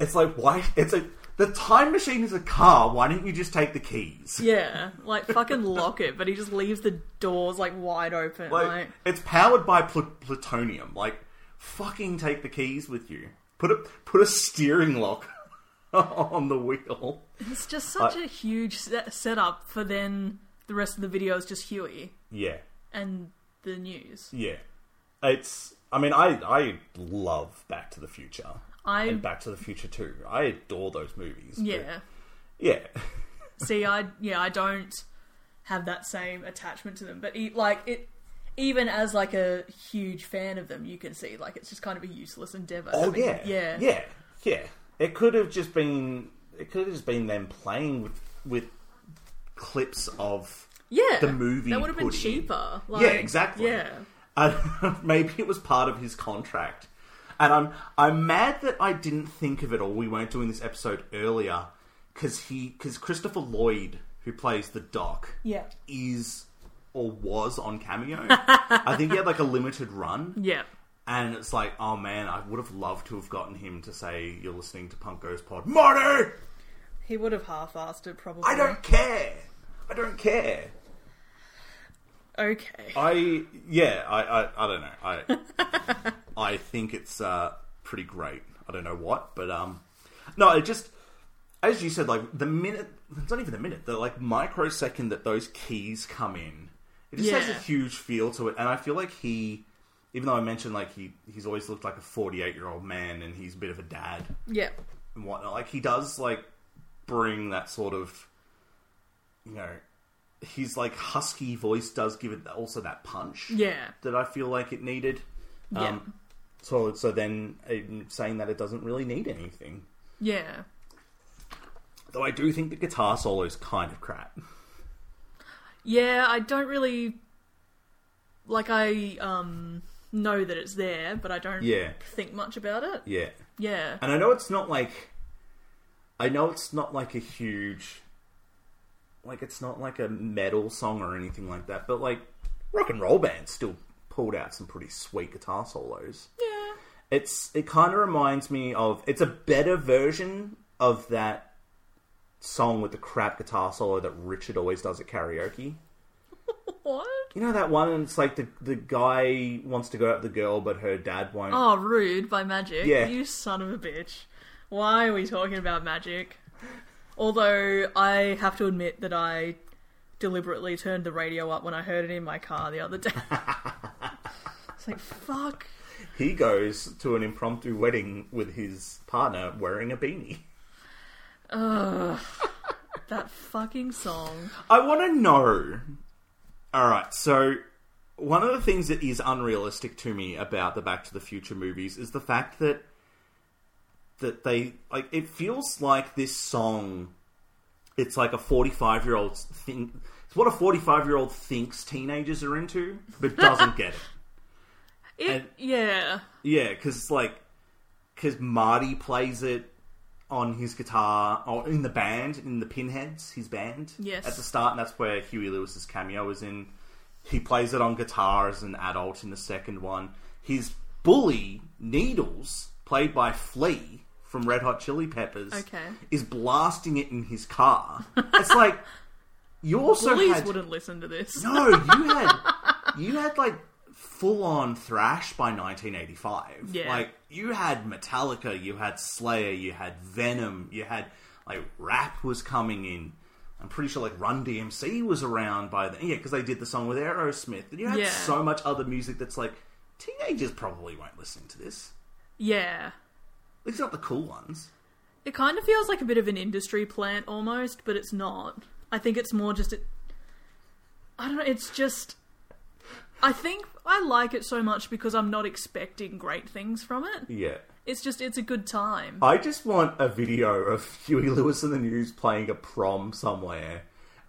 B: it's like why? It's like the time machine is a car. Why didn't you just take the keys?
A: yeah, like fucking lock it. But he just leaves the doors like wide open.
B: like,
A: Like,
B: it's powered by pl- plutonium. Like fucking take the keys with you. Put a put a steering lock on the wheel.
A: It's just such a huge set- setup for then the rest of the video is just Huey
B: Yeah,
A: and the news.
B: yeah. It's. I mean, I I love Back to the Future
A: I
B: and Back to the Future Two. I adore those movies. but-
A: yeah.
B: yeah,
A: See, I yeah, I don't have that same attachment to them, but e- like it. Even as like a huge fan of them, you can see like it's just kind of a useless endeavor.
B: Oh
A: I mean,
B: yeah,
A: yeah,
B: yeah, yeah. It could have just been. It could have just been them playing with with clips of.
A: Yeah,
B: The movie
A: that would have been
B: put in.
A: cheaper. Like,
B: yeah, exactly.
A: Yeah,
B: Uh, maybe it was part of his contract, and I'm I'm mad that I didn't think of it or we weren't doing this episode earlier because he because Christopher Lloyd who plays the Doc
A: yeah,
B: is or was on Cameo. I think he had like a limited run.
A: yeah.
B: And it's like, oh man, I would have loved to have gotten him to say, "You're listening to Punk Goes Pod, Marty.
A: He would have half-assed it probably.
B: I don't care. I don't care.
A: Okay.
B: I yeah. I I, I don't know. I I think it's uh, pretty great. I don't know what, but um, no. It just as you said, like the minute. It's not even the minute. The like microsecond that those keys come in, it just has a
A: Yeah.
B: huge feel to it. And I feel like he, even though I mentioned like he he's always looked like a forty eight year old man and he's a bit of a dad.
A: yeah.
B: and whatnot. Like he does like bring that sort of you know his like husky voice does give it also that punch
A: Yeah.
B: that I feel like it needed.
A: Yeah.
B: Um, so so then um, saying that it doesn't really need anything.
A: yeah.
B: Though I do think the guitar solo is kind of crap.
A: Yeah, I don't really like I um know that it's there, but I don't
B: Yeah. Uh,
A: think much about it.
B: Yeah.
A: Yeah.
B: And I know it's not like I know it's not like a huge like it's not like a metal song or anything like that, but like rock and roll bands still pulled out some pretty sweet guitar solos.
A: Yeah.
B: It's it kind of reminds me of it's a better version of that song with the crap guitar solo that Richard always does at karaoke.
A: What?
B: You know that one and it's like the the guy wants to go out with the girl but her dad won't.
A: Oh, rude by magic.
B: Yeah.
A: You son of a bitch. Why are we talking about magic? Although I have to admit that I deliberately turned the radio up when I heard it in my car the other day. it's like fuck.
B: He goes to an impromptu wedding with his partner wearing a beanie.
A: That fucking song.
B: I want to know. All right, so one of the things that is unrealistic to me about the Back to the Future movies is the fact that that they like it feels like this song it's like a 45-year-old thing it's what a 45-year-old thinks teenagers are into but doesn't get it.
A: It
B: And-
A: yeah.
B: Yeah, cuz like cuz Marty plays it on his guitar or in the band in the Pinheads, his band.
A: Yes.
B: At the start, and that's where Huey Lewis's cameo is in. He plays it on guitar as an adult in the second one. His bully Needles, played by Flea from Red Hot Chili Peppers,
A: Okay.
B: is blasting it in his car. It's like you also
A: Please
B: had
A: wouldn't listen to this.
B: no, you had you had like full on thrash by 1985.
A: Yeah.
B: Like you had Metallica, you had Slayer, you had Venom, you had like rap was coming in. I'm pretty sure like Run DMC was around by then. Yeah, because they did the song with Aerosmith. And you had
A: Yeah.
B: so much other music that's like teenagers probably won't listen to this.
A: Yeah.
B: At least not the cool ones.
A: It kind of feels like a bit of an industry plant almost, but it's not. I think it's more just. It, I don't know, it's just. I think I like it so much because I'm not expecting great things from it.
B: Yeah.
A: It's just, it's a good time.
B: I just want a video of Huey Lewis in the news playing a prom somewhere,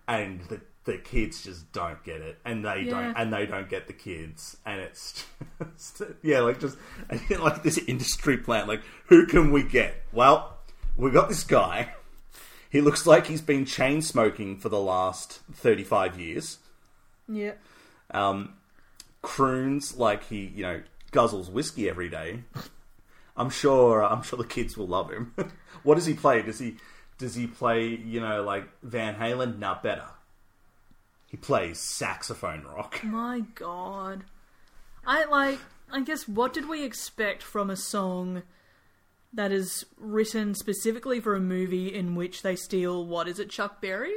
B: and the the kids just don't get it, and they
A: Yeah.
B: don't, and they don't get the kids, and it's just yeah, like just and, like this industry plan, like who can we get? Well, we got this guy. He looks like he's been chain smoking for the last thirty five years.
A: Yeah.
B: Um, croons like he, you know, guzzles whiskey every day. I'm sure. I'm sure the kids will love him. what does he play? Does he does he play? You know, like Van Halen? Nah, better. He plays saxophone rock.
A: My god. I like I guess what did we expect from a song that is written specifically for a movie in which they steal what is it, Chuck Berry?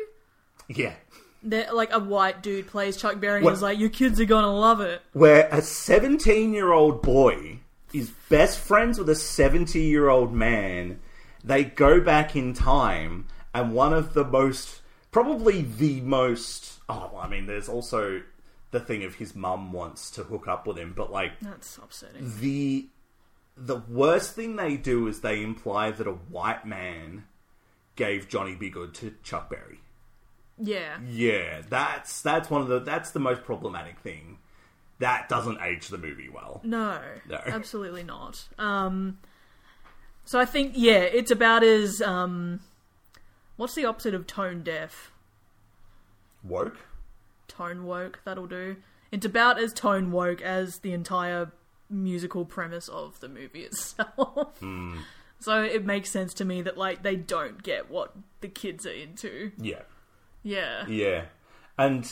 B: Yeah.
A: That like a white dude plays Chuck Berry and
B: What-
A: is like, "Your kids are gonna love it."
B: Where a 17 year old boy is best friends with a 70 year old man. They go back in time, and one of the most, probably the most, oh, well, I mean, there's also the thing of his mum wants to hook up with him, but like,
A: That's upsetting.
B: the the worst thing they do is they imply that a white man gave Johnny B. Good to Chuck Berry.
A: Yeah,
B: Yeah, that's that's one of the that's the most problematic thing. That doesn't age the movie well.
A: no,
B: No.
A: absolutely not. Um, so I think yeah, it's about as um, what's the opposite of tone deaf?
B: Woke?
A: tone woke. That'll do. It's about as tone woke as the entire musical premise of the movie itself. So it makes sense to me that like they don't get what the kids are into.
B: Yeah.
A: Yeah.
B: Yeah. And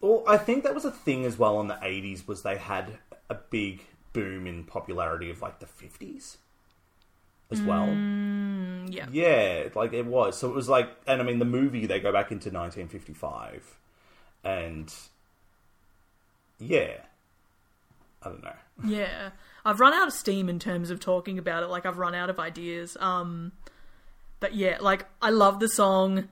B: well, I think that was a thing as well in the 80s was they had a big boom in popularity of like the 50s as well.
A: yeah.
B: Yeah, like it was. So it was like and I mean the movie they go back into 1955 and yeah. I don't know.
A: Yeah. I've run out of steam in terms of talking about it. Like I've run out of ideas. Um but yeah, like I love the song.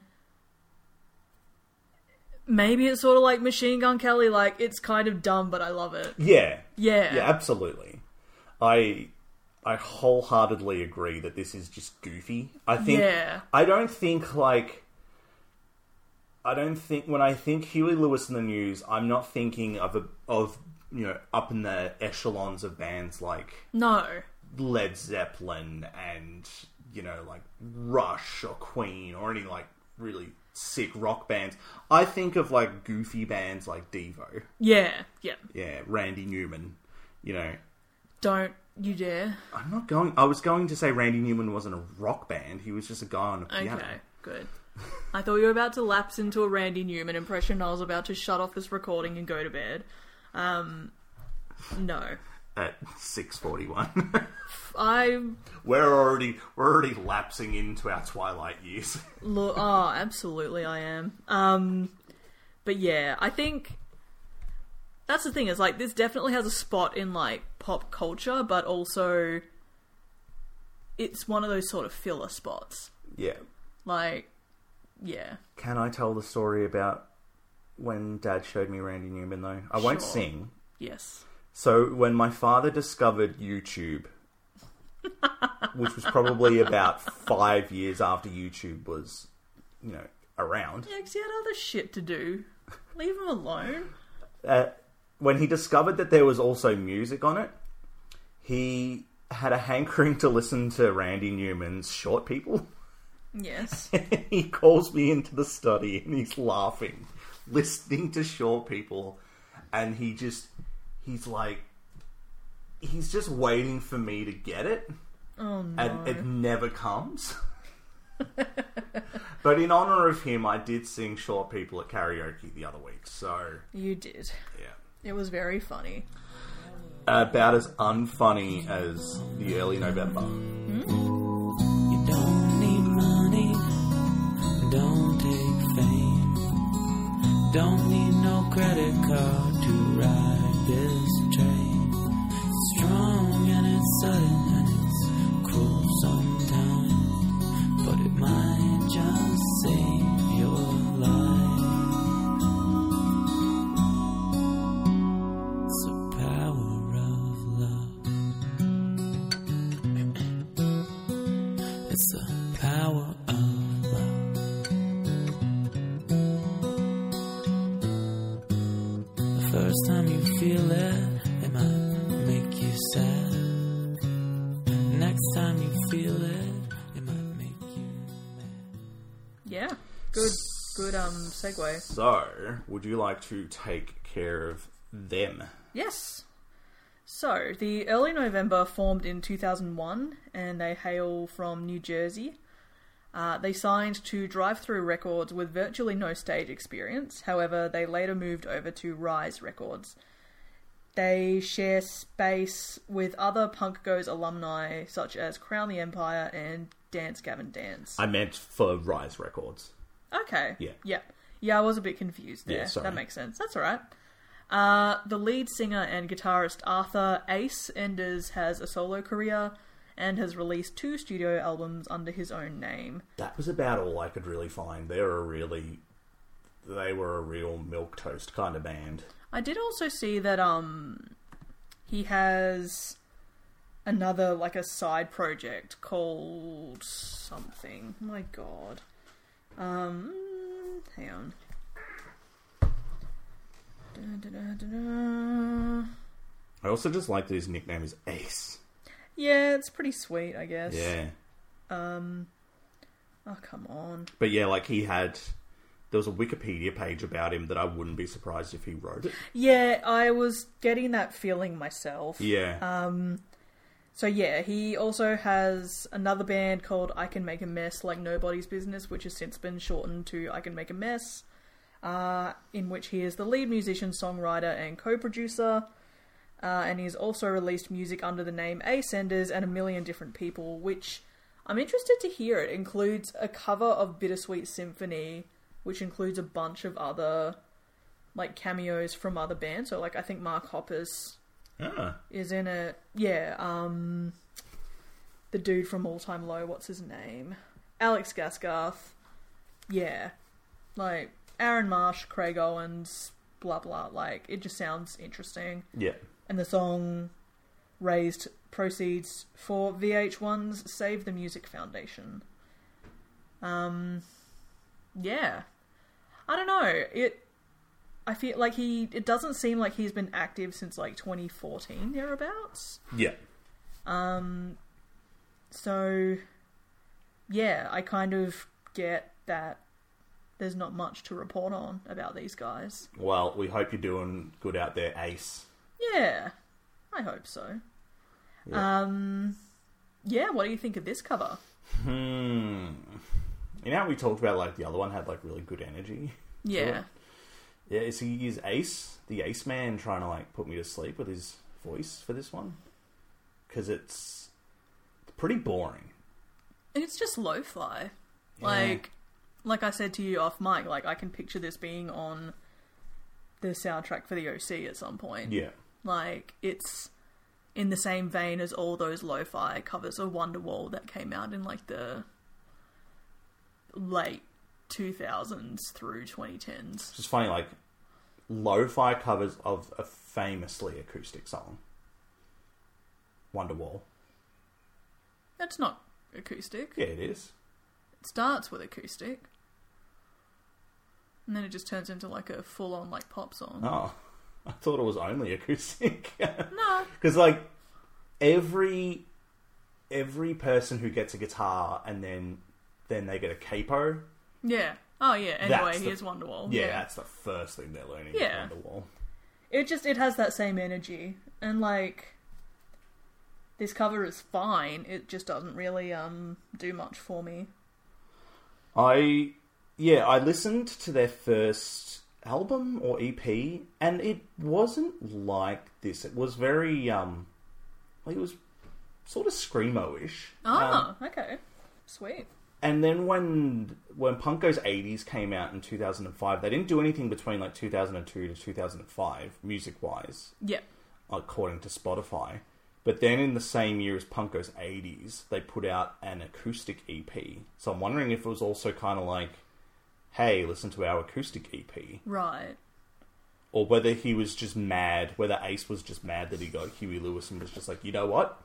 A: Maybe it's sort of like Machine Gun Kelly, like it's kind of dumb but I love it.
B: Yeah.
A: Yeah.
B: Yeah, absolutely. I I wholeheartedly agree that this is just goofy. I think
A: Yeah.
B: I don't think like I don't think when I think Huey Lewis in the news, I'm not thinking of a of you know up in the echelons of bands like
A: No.
B: Led Zeppelin and you know like Rush or Queen or any like really sick rock bands. I think of like goofy bands like Devo,
A: Yeah. Yeah.
B: yeah, Randy Newman, you know,
A: Don't you dare.
B: I'm not going. I was going to say Randy Newman wasn't a rock band. He was just a guy on a
A: Okay,
B: piano.
A: good. I thought you were about to lapse into a Randy Newman impression. I was about to shut off this recording and go to bed. Um, no,
B: At six forty-one,
A: I
B: we're already we're already lapsing into our twilight years.
A: look. Oh, absolutely, I am. Um, but yeah, I think that's the thing. Is like this definitely has a spot in like pop culture, but also it's one of those sort of filler spots.
B: yeah.
A: Like, yeah,
B: Can I tell the story about when Dad showed me Randy Newman? Though I won't
A: Sure.
B: sing.
A: yes,
B: So when my father discovered YouTube, which was probably about five years after YouTube was, you know, around.
A: yeah. 'cause he had other shit to do. Leave him alone.
B: uh, when he discovered that there was also music on it, he had a hankering to listen to Randy Newman's Short People.
A: Yes.
B: he calls me into the study and he's laughing, listening to Short People, and he just, he's like, he's just waiting for me to get it,
A: Oh no.
B: and it never comes. but in honor of him, I did sing Short People at karaoke the other week, so
A: You did.
B: yeah.
A: It was very funny.
B: about as unfunny as the early November.
D: You don't need money, don't take fame. Don't need no credit card to ride this train. It's strong and it's sudden and it's cruel sometimes, but it might just save your life. It's the power of love. It's the power of love. The first time you feel it, it might make you sad. Next time you feel it, it might make you mad.
A: Yeah. Good good um segue.
B: So, would you like to take care of them?
A: Yes. So, the early November formed in 2001 and they hail from New Jersey. Uh, they signed to Drive Through Records with virtually no stage experience. However, they later moved over to Rise Records. They share space with other Punk Goes alumni, such as Crown the Empire and Dance Gavin Dance.
B: I meant for Rise Records.
A: Okay.
B: Yeah.
A: Yeah. Yeah, I was a bit confused there.
B: Yeah, sorry.
A: That makes sense. That's all right. Uh, the lead singer and guitarist Arthur Ace Enders has a solo career and has released two studio albums under his own name.
B: That was about all I could really find. They were a really, they were a real milk toast kind of band.
A: I did also see that um he has another like a side project called something. My god. Um hang on. Da-da-da-da-da.
B: I also just like that his nickname is Ace.
A: Yeah, it's pretty sweet, I guess.
B: Yeah,
A: Oh, come on.
B: but yeah, like he had. There was a Wikipedia page about him that I wouldn't be surprised if he wrote it.
A: Yeah, I was getting that feeling myself.
B: Yeah,
A: So yeah, he also has another band called I Can Make a Mess Like Nobody's Business, which has since been shortened to I Can Make a Mess, uh, in which he is the lead musician, songwriter, and co-producer. Uh, and he's also released music under the name Ascenders and a million different people, which I'm interested to hear. It includes a cover of Bittersweet Symphony, which includes a bunch of other like cameos from other bands. So like I think Mark Hoppus
B: Ah,
A: is in it. Yeah, um, the dude from All Time Low. What's his name? Alex Gasgarth. Yeah, like Aaron Marsh, Craig Owens, blah blah. Like it just sounds interesting.
B: yeah.
A: And the song raised proceeds for VH1's Save the Music Foundation. Um, yeah, I don't know. It, I feel like he. It doesn't seem like he's been active since like 2014 thereabouts.
B: Yeah.
A: So, yeah, I kind of get that. There's not much to report on about these guys.
B: Well, we hope you're doing good out there, Ace.
A: Yeah, I hope so.
B: Yeah.
A: Um, yeah. What do you think of this cover?
B: Hmm. You know how we talked about like the other one had like really good energy.
A: Yeah,
B: Yeah, is he is Ace the Ace Man trying to like put me to sleep with his voice for this one? Because it's pretty boring.
A: and it's just lo-fi. Like, like I said to you off mic, like I can picture this being on the soundtrack for the OC at some point.
B: Yeah,
A: Like it's in the same vein as all those lo-fi covers of Wonderwall that came out in like the late 2000s through 2010s.
B: it's just funny like lo-fi covers of a famously acoustic song, Wonderwall.
A: That's not acoustic.
B: Yeah, it is.
A: It starts with acoustic. And then it just turns into like a full-on like pop song.
B: Oh, I thought it was only acoustic.
A: No,
B: Because like every every person who gets a guitar and then then they get a capo.
A: Yeah. Oh yeah. Anyway,
B: That's the-
A: here's Wonderwall.
B: Yeah, that's the first thing they're learning. is
A: Yeah.
B: Wonderwall.
A: It just it has that same energy, and like this cover is fine. It just doesn't really um do much for me.
B: I yeah, I listened to their first album or EP, and it wasn't like this. It was very um, like it was sort of screamo-ish. Um,
A: Ah, okay, sweet.
B: and then when when Punk Goes 80s came out in 2005, they didn't do anything between like 2002 to 2005 music wise,
A: Yeah.
B: according to Spotify. But then in the same year as Punk Goes 80s, they put out an acoustic EP. So I'm wondering if it was also kind of like, hey, listen to our acoustic EP.
A: Right.
B: Or whether he was just mad, whether Ace was just mad that he got Huey Lewis and was just like, you know what?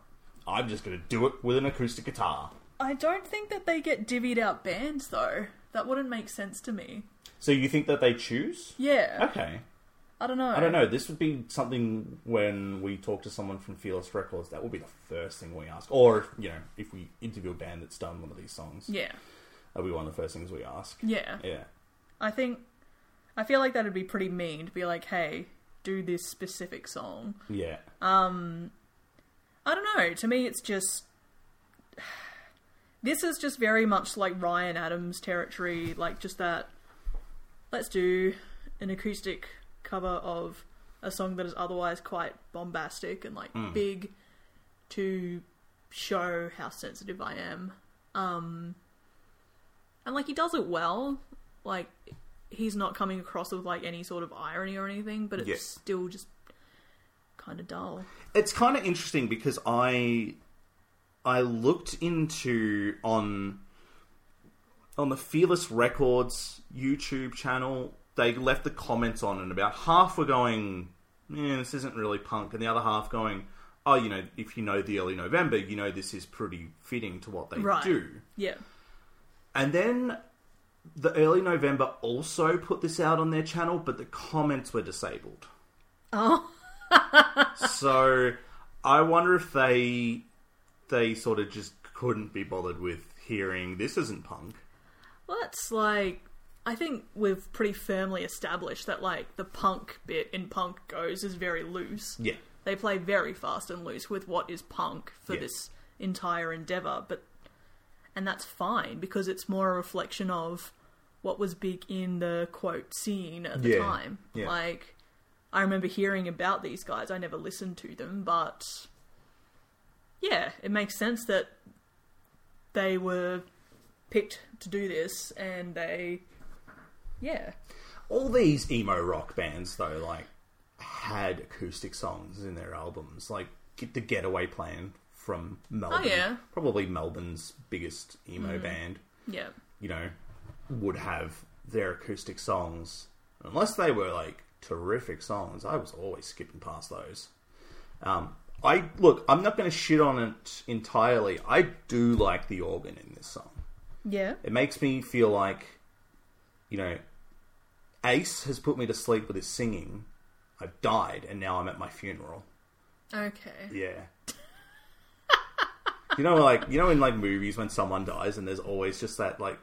B: I'm just going to do it with an acoustic guitar.
A: I don't think that they get divvied out bands though. That wouldn't make sense to me.
B: So you think that they choose?
A: Yeah.
B: Okay.
A: I don't know.
B: I don't know. This would be something when we talk to someone from Fearless Records, that would be the first thing we ask. Or, you know, if we interview a band that's done one of these songs,
A: Yeah.
B: that'd be one of the first things we ask.
A: Yeah.
B: Yeah.
A: I think I feel like that'd be pretty mean to be like, hey, do this specific song.
B: Yeah.
A: I don't know. To me, it's just. This is just very much like Ryan Adams territory, like just that. Let's do an acoustic cover of a song that is otherwise quite bombastic and like big to show how sensitive I am. Um, and like he does it well. Like he's not coming across with like any sort of irony or anything, but it's
B: Yeah.
A: still just kind of dull.
B: it's kind of interesting because I I looked into on on the Fearless Records YouTube channel. They left the comments on, and about half were going, "Yeah, this isn't really punk," and the other half going, "Oh, you know, if you know the early November, you know this is pretty fitting to what they
A: Right.
B: do."
A: Yeah.
B: And then the early November also put this out on their channel, but the comments were disabled.
A: Oh.
B: so I wonder if they they sort of just couldn't be bothered with hearing this isn't punk.
A: Well, that's like I think we've pretty firmly established that like the punk bit in Punk Goes is very loose.
B: Yeah.
A: They play very fast and loose with what is punk for
B: Yes.
A: this entire endeavor, but and that's fine because it's more a reflection of what was big in the quote scene at the
B: Yeah.
A: time.
B: Yeah.
A: Like I remember hearing about these guys. I never listened to them, but yeah, it makes sense that they were picked to do this and they yeah
B: All these emo rock bands though, like had acoustic songs in their albums, like get the Getaway Plan from Melbourne,
A: yeah.
B: probably Melbourne's biggest emo band.
A: yeah
B: you know, would have their acoustic songs, unless they were like terrific songs. I was always skipping past those. Um, I look, I'm not going to shit on it entirely. I do like the organ in this song.
A: yeah
B: It makes me feel like, you know, Ace has put me to sleep with his singing. I've died, and now I'm at my funeral.
A: okay
B: Yeah. you know, like you know, in like movies when someone dies, and there's always just that like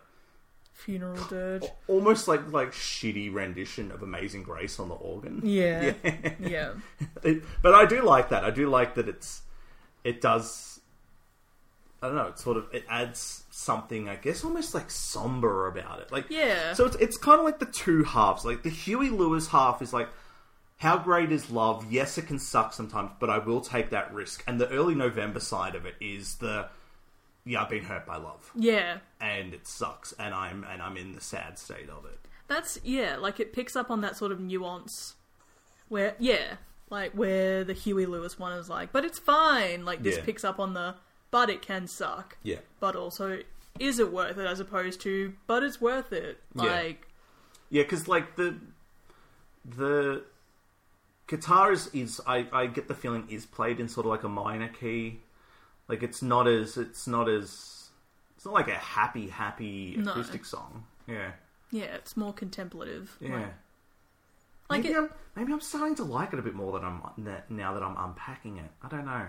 A: funeral dirge
B: Oh. almost like like shitty rendition of Amazing Grace on the organ.
A: yeah yeah
B: It- but I do like that. I do like that it's it does. I don't know. It sort of it adds something, I guess, almost like somber about it. Like
A: Yeah.
B: So it's it's kind of like the two halves. Like the Huey Lewis half is like. How great is love? Yes, it can suck sometimes, but I will take that risk. And the early November side of it is the, yeah, I've been hurt by love,
A: yeah
B: and it sucks, and I'm and I'm in the sad state of it.
A: that's yeah like it picks up on that sort of nuance where yeah like where the huey lewis one is like but it's fine like this
B: Yeah.
A: picks up on the but it can suck
B: Yeah.
A: but also is it worth it as opposed to but it's worth it
B: Yeah.
A: like
B: Yeah, because like the the guitar is, is I, I get the feeling is played in sort of like a minor key. Like it's not as it's not as it's not like a happy happy
A: No.
B: acoustic song. Yeah,
A: yeah, it's more contemplative
B: yeah.
A: like, like
B: maybe
A: it,
B: I'm maybe I'm starting to like it a bit more than I'm that- now that I'm unpacking it. I don't know.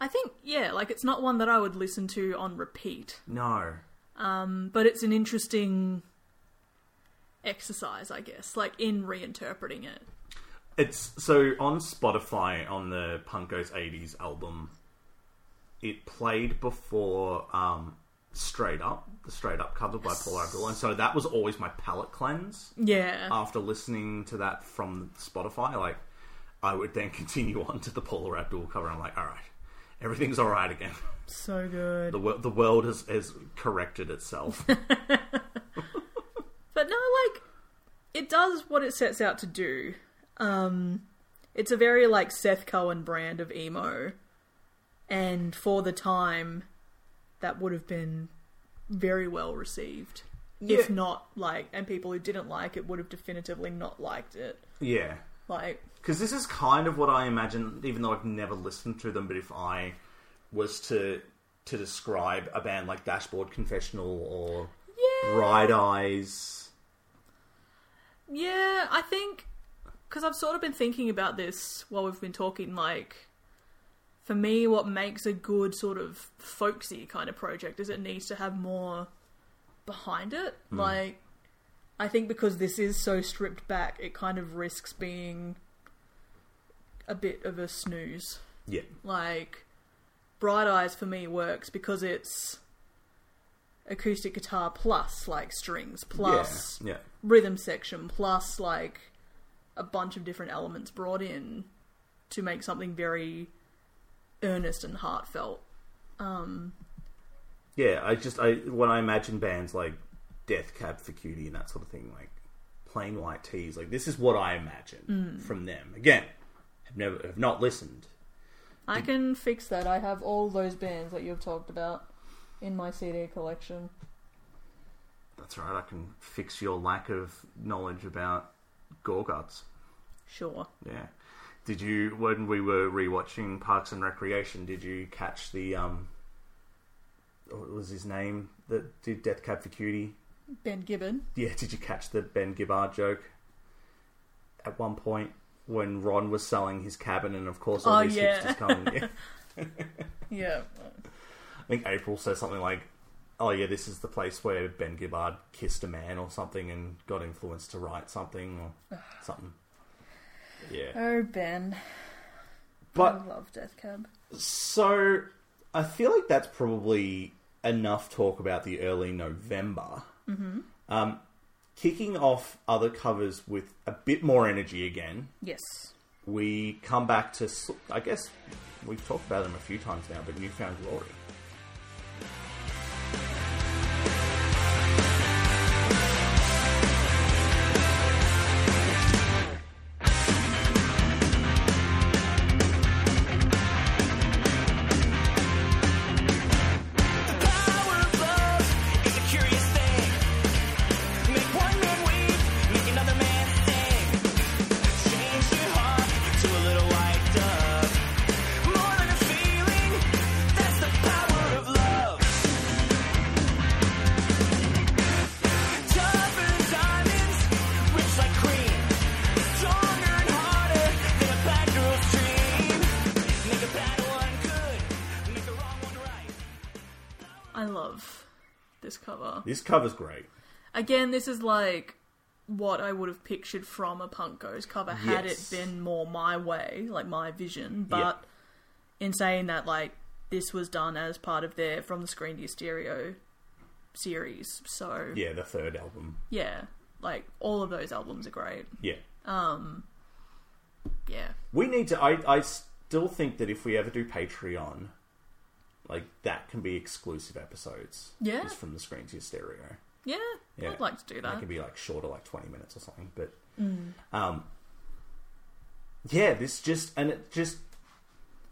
A: I think, yeah, like it's not one that I would listen to on repeat,
B: No.
A: but it's an interesting exercise, I guess, like in reinterpreting it.
B: It's so on Spotify on the Punk Goes 80s album, it played before um, Straight Up, the Straight Up cover by Paul Abdul. And so that was always my palate cleanse
A: Yeah.
B: after listening to that from Spotify. Like, I would then continue on to the Paula Abdul cover. I'm like, all right, everything's all right again.
A: so good.
B: The, wor- the world has, has corrected itself.
A: But no, like it does what it sets out to do. Um it's a very like Seth Cohen brand of emo. And for the time that would have been very well received. If
B: Yeah.
A: not like and people who didn't like it would have definitively not liked it.
B: yeah.
A: Like
B: Because this is kind of what I imagine, even though I've never listened to them. But if I was to to describe a band like Dashboard Confessional or
A: yeah.
B: Bright Eyes,
A: Yeah, I think because I've sort of been thinking about this while we've been talking. Like, for me, what makes a good sort of folksy kind of project is it needs to have more behind it. Like, I think because this is so stripped back, it kind of risks being a bit of a snooze.
B: yeah,
A: Like, Bright Eyes for me works because it's acoustic guitar plus like strings plus
B: yeah, yeah,
A: rhythm section plus like a bunch of different elements brought in to make something very earnest and heartfelt.
B: Yeah, I just I when I imagine bands like Death Cab for Cutie and that sort of thing, like plain white tees, like this is what I imagine from them. Again, have never have not listened.
A: I can fix that. I have all those bands that you've talked about in my CD collection.
B: That's right. I can fix your lack of knowledge about Gorguts.
A: Sure.
B: Yeah. Did you when we were rewatching Parks and Recreation? Did you catch the um? What was his name that did Death Cab for Cutie?
A: Ben Gibbon.
B: Yeah, did you catch the Ben Gibbard joke? At one point, when Ron was selling his cabin, and of course all
A: Oh,
B: these
A: yeah.
B: hipsters come. Yeah.
A: Yeah.
B: I think April says something like, "Oh yeah, this is the place where Ben Gibbard kissed a man or something and got influenced to write something or something." Yeah,
A: Oh, Ben.
B: but
A: I love Death Cab.
B: So I feel like that's probably enough talk about the early November. Mm-hmm. Um, kicking off other covers with a bit more energy again.
A: Yes.
B: We come back to, s- I guess, we've talked about them a few times now, but Newfound Glory.
A: I love this cover.
B: This cover's great.
A: Again, this is like what I would have pictured from a Punk Goes cover had
B: Yes.
A: it been more my way, like my vision. But in saying that, like, this was done as part of their From the Screen to Your Stereo series. So,
B: Yeah, the third album.
A: yeah, like, all of those albums are great.
B: Yeah.
A: Yeah.
B: We need to. I, I still think that if we ever do Patreon, like, that can be exclusive episodes.
A: Yeah.
B: Is from the screen to your stereo.
A: Yeah,
B: Yeah.
A: I'd like to do
B: It
A: that.
B: can be like shorter, like twenty minutes or something. But um, yeah, this just and it just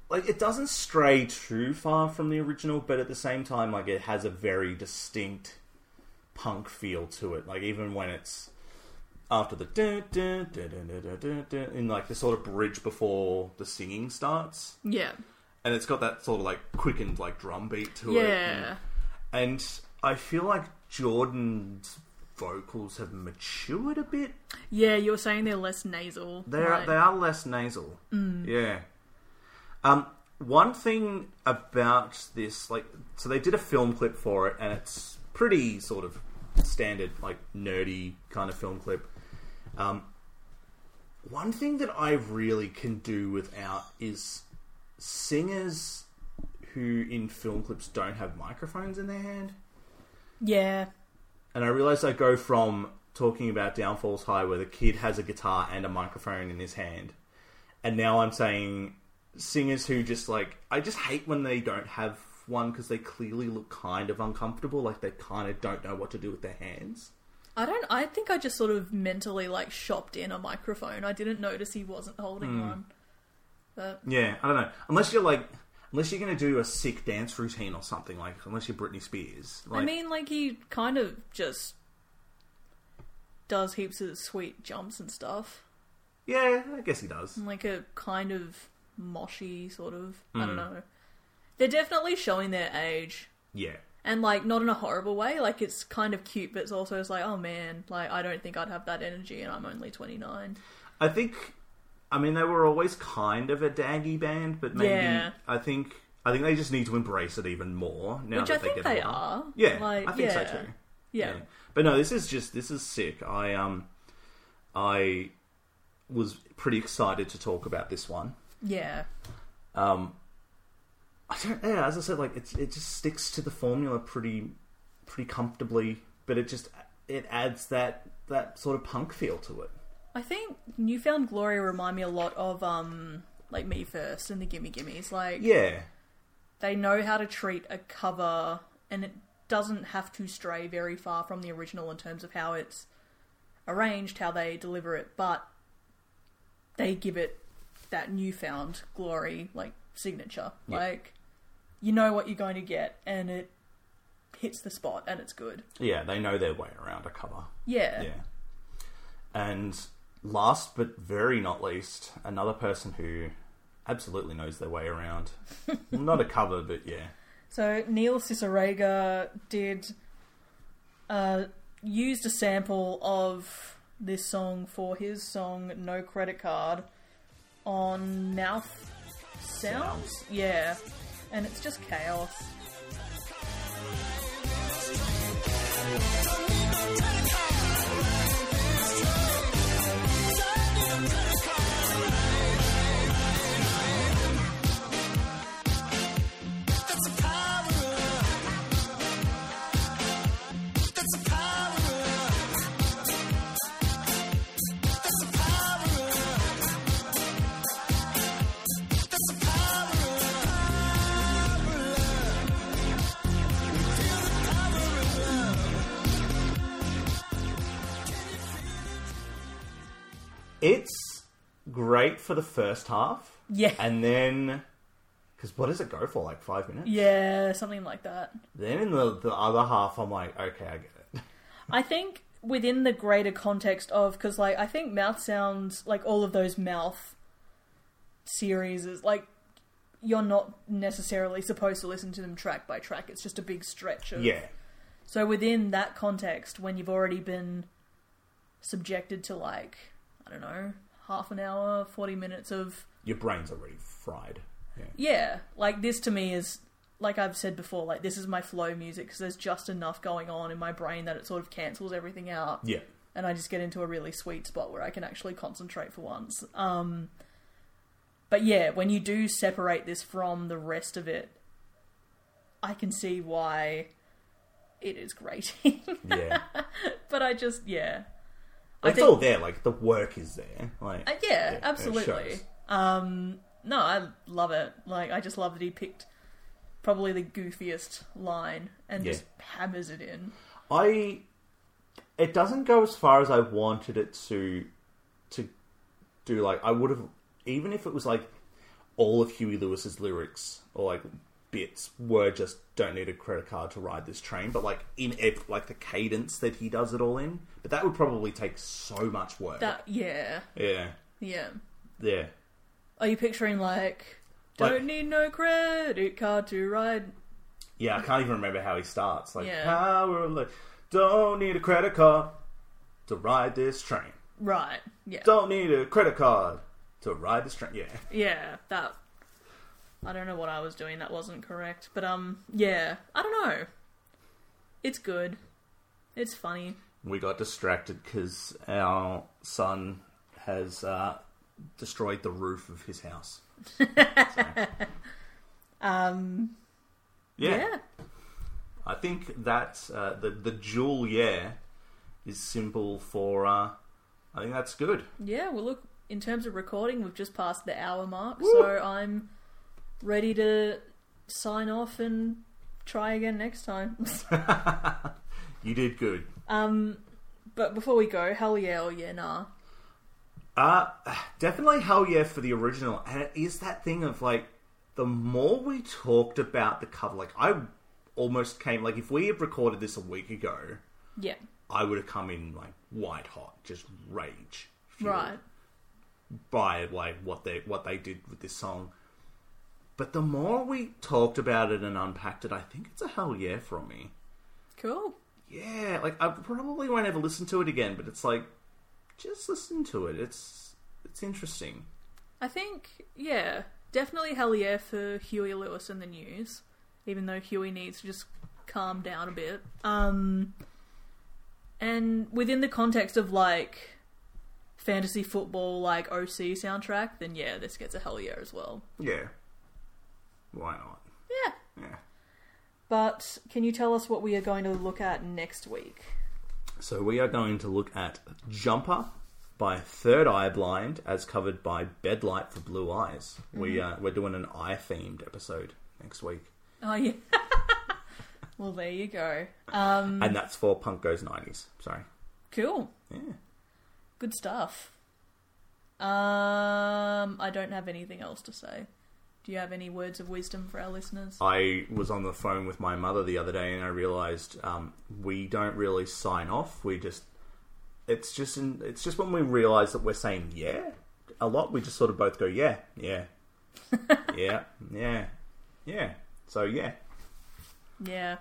B: like it doesn't stray too far from the original, but at the same time, like it has a very distinct punk feel to it. Like even when it's after the dun, dun, dun, dun, dun, dun, dun, dun, in like the sort of bridge before the singing starts,
A: Yeah.
B: and it's got that sort of like quickened like drum beat to it. and-
A: Yeah.
B: and I feel like Jordan's vocals have matured a bit.
A: Yeah, you're saying they're less nasal.
B: They are
A: right?
B: they are less nasal. Yeah. Um, one thing about this, like, so they did a film clip for it, and it's pretty sort of standard, like nerdy kind of film clip. Um, one thing that I really can do without is singers who in film clips don't have microphones in their hand.
A: Yeah.
B: And I realized I go from talking about Downfalls High, where the kid has a guitar and a microphone in his hand, and now I'm saying singers who just like I just hate when they don't have one because they clearly look kind of uncomfortable, like they kind of don't know what to do with their hands.
A: I don't. I think I just sort of mentally like shopped in a microphone. I didn't notice he wasn't holding one. But
B: Yeah, I don't know. Unless you're like, unless you're gonna do a sick dance routine or something, like unless you're Britney Spears. Like,
A: I mean, like he kind of just does heaps of sweet jumps and stuff,
B: yeah, I guess he does.
A: like a kind of moshy sort of. I don't know. They're definitely showing their age,
B: Yeah,
A: and like not in a horrible way. Like it's kind of cute, but it's also it's like, oh man, like I don't think I'd have that energy, and I'm only 29.
B: I think, I mean, they were always kind of a daggy band, but maybe
A: Yeah.
B: I think I think they just need to embrace it even more now
A: Which
B: that
A: I
B: they
A: think
B: get
A: they
B: older.
A: are.
B: Yeah,
A: Like,
B: I think so
A: yeah.
B: too.
A: Yeah.
B: but no, this is just this is sick. I um, I was pretty excited to talk about this one.
A: Yeah.
B: Um, I don't. Yeah, as I said, like it's it just sticks to the formula pretty pretty comfortably, but it just it adds that that sort of punk feel to it.
A: I think Newfound Glory remind me a lot of um like Me First and the Gimme Gimmes. Like
B: Yeah.
A: they know how to treat a cover and it doesn't have to stray very far from the original in terms of how it's arranged, how they deliver it, but they give it that newfound glory, like signature.
B: Yeah.
A: Like you know what you're going to get and it hits the spot and it's good.
B: Yeah, they know their way around a cover.
A: Yeah.
B: Yeah. And last but very not least, another person who absolutely knows their way around. not a cover, but yeah.
A: So Neil Cicerega did uh, used a sample of this song for his song No Credit Card on Mouth Sounds. Yeah. And it's just chaos.
C: That's a power up. That's a power up. That's a power up. That's a power up. Power up. We feel the power of love.
B: It's great for the first half.
A: Yeah.
B: And then. Because what does it go for? Like five minutes?
A: Yeah, something like that.
B: Then in the, the other half, I'm like, okay, I get it.
A: I think within the greater context of because like I think mouth sounds like all of those mouth series is like you're not necessarily supposed to listen to them track by track. It's just a big stretch of
B: Yeah.
A: So within that context, when you've already been subjected to like I don't know half an hour, forty minutes of
B: Your brain's already fried. Yeah.
A: yeah, like this to me is like I've said before, like this is my flow music because there's just enough going on in my brain that it sort of cancels everything out
B: Yeah.
A: and I just get into a really sweet spot where I can actually concentrate for once. Um, but yeah, when you do separate this from the rest of it, I can see why it is grating.
B: Yeah.
A: but I just yeah,
B: it's
A: think-
B: all there. Like, the work is there. Like,
A: Uh, yeah,
B: it
A: absolutely. Um,
B: shows.
A: No, I love it. Like I just love that he picked probably the goofiest line and
B: Yeah.
A: just hammers it in.
B: I it doesn't go as far as I wanted it to to do like I would have even if it was like all of Huey Lewis's lyrics or like bits were just don't need a credit card to ride this train but like in ev- like the cadence that he does it all in but that would probably take so much work
A: That yeah,
B: yeah
A: yeah.
B: yeah
A: Are you picturing like
B: Like-
A: don't need no credit card to ride
B: yeah I can't even remember how he starts like
A: Yeah.
B: power of lo- don't need a credit card to ride this train
A: Right. Yeah.
B: don't need a credit card to ride this train yeah
A: Yeah. That. I don't know what I was doing. That wasn't correct. But um, yeah. I don't know. It's good. It's funny.
B: we got distracted because our son has uh, destroyed the roof of his house.
A: Um.
B: Yeah,
A: yeah.
B: I think that uh, the the jewel yeah is simple for. Uh, I think that's good.
A: Yeah, well, look, in terms of recording, we've just passed the hour mark, so I'm ready to sign off and try again next time.
B: You did good.
A: but before we go, hell yeah, oh yeah, nah.
B: Uh, definitely hell yeah for the original, and it is that thing of like the more we talked about the cover, like I almost came like if we had recorded this a week ago,
A: Yeah,
B: I would have come in like white hot, just rage. fueled.
A: right.
B: by like what they what they did with this song. But the more we talked about it and unpacked it, I think it's a hell yeah from me.
A: Cool.
B: Yeah, like I probably won't ever listen to it again, but it's like just listen to it. It's it's interesting.
A: I think, yeah, definitely hell yeah for Huey Lewis in the news, even though Huey needs to just calm down a bit. Um, and within the context of like fantasy football, like OC soundtrack, then yeah, this gets a hell yeah as well.
B: Yeah. Why not?
A: Yeah.
B: Yeah.
A: But can you tell us what we are going to look at next week?
B: So we are going to look at Jumper by Third Eye Blind, as covered by Bedlight for Blue Eyes. We uh, we're doing an eye themed episode next week,
A: Oh yeah. well, there you go. Um,
B: and that's for Punk Goes Nineties. Sorry,
A: cool.
B: yeah,
A: Good stuff. Um, I don't have anything else to say. Do you have any words of wisdom for our listeners?
B: I was on the phone with my mother the other day, and I realized um, we don't really sign off. We just it's just in, it's just when we realize that we're saying yeah a lot, we just sort of both go yeah, yeah, yeah, yeah, yeah. So yeah.
A: Yeah.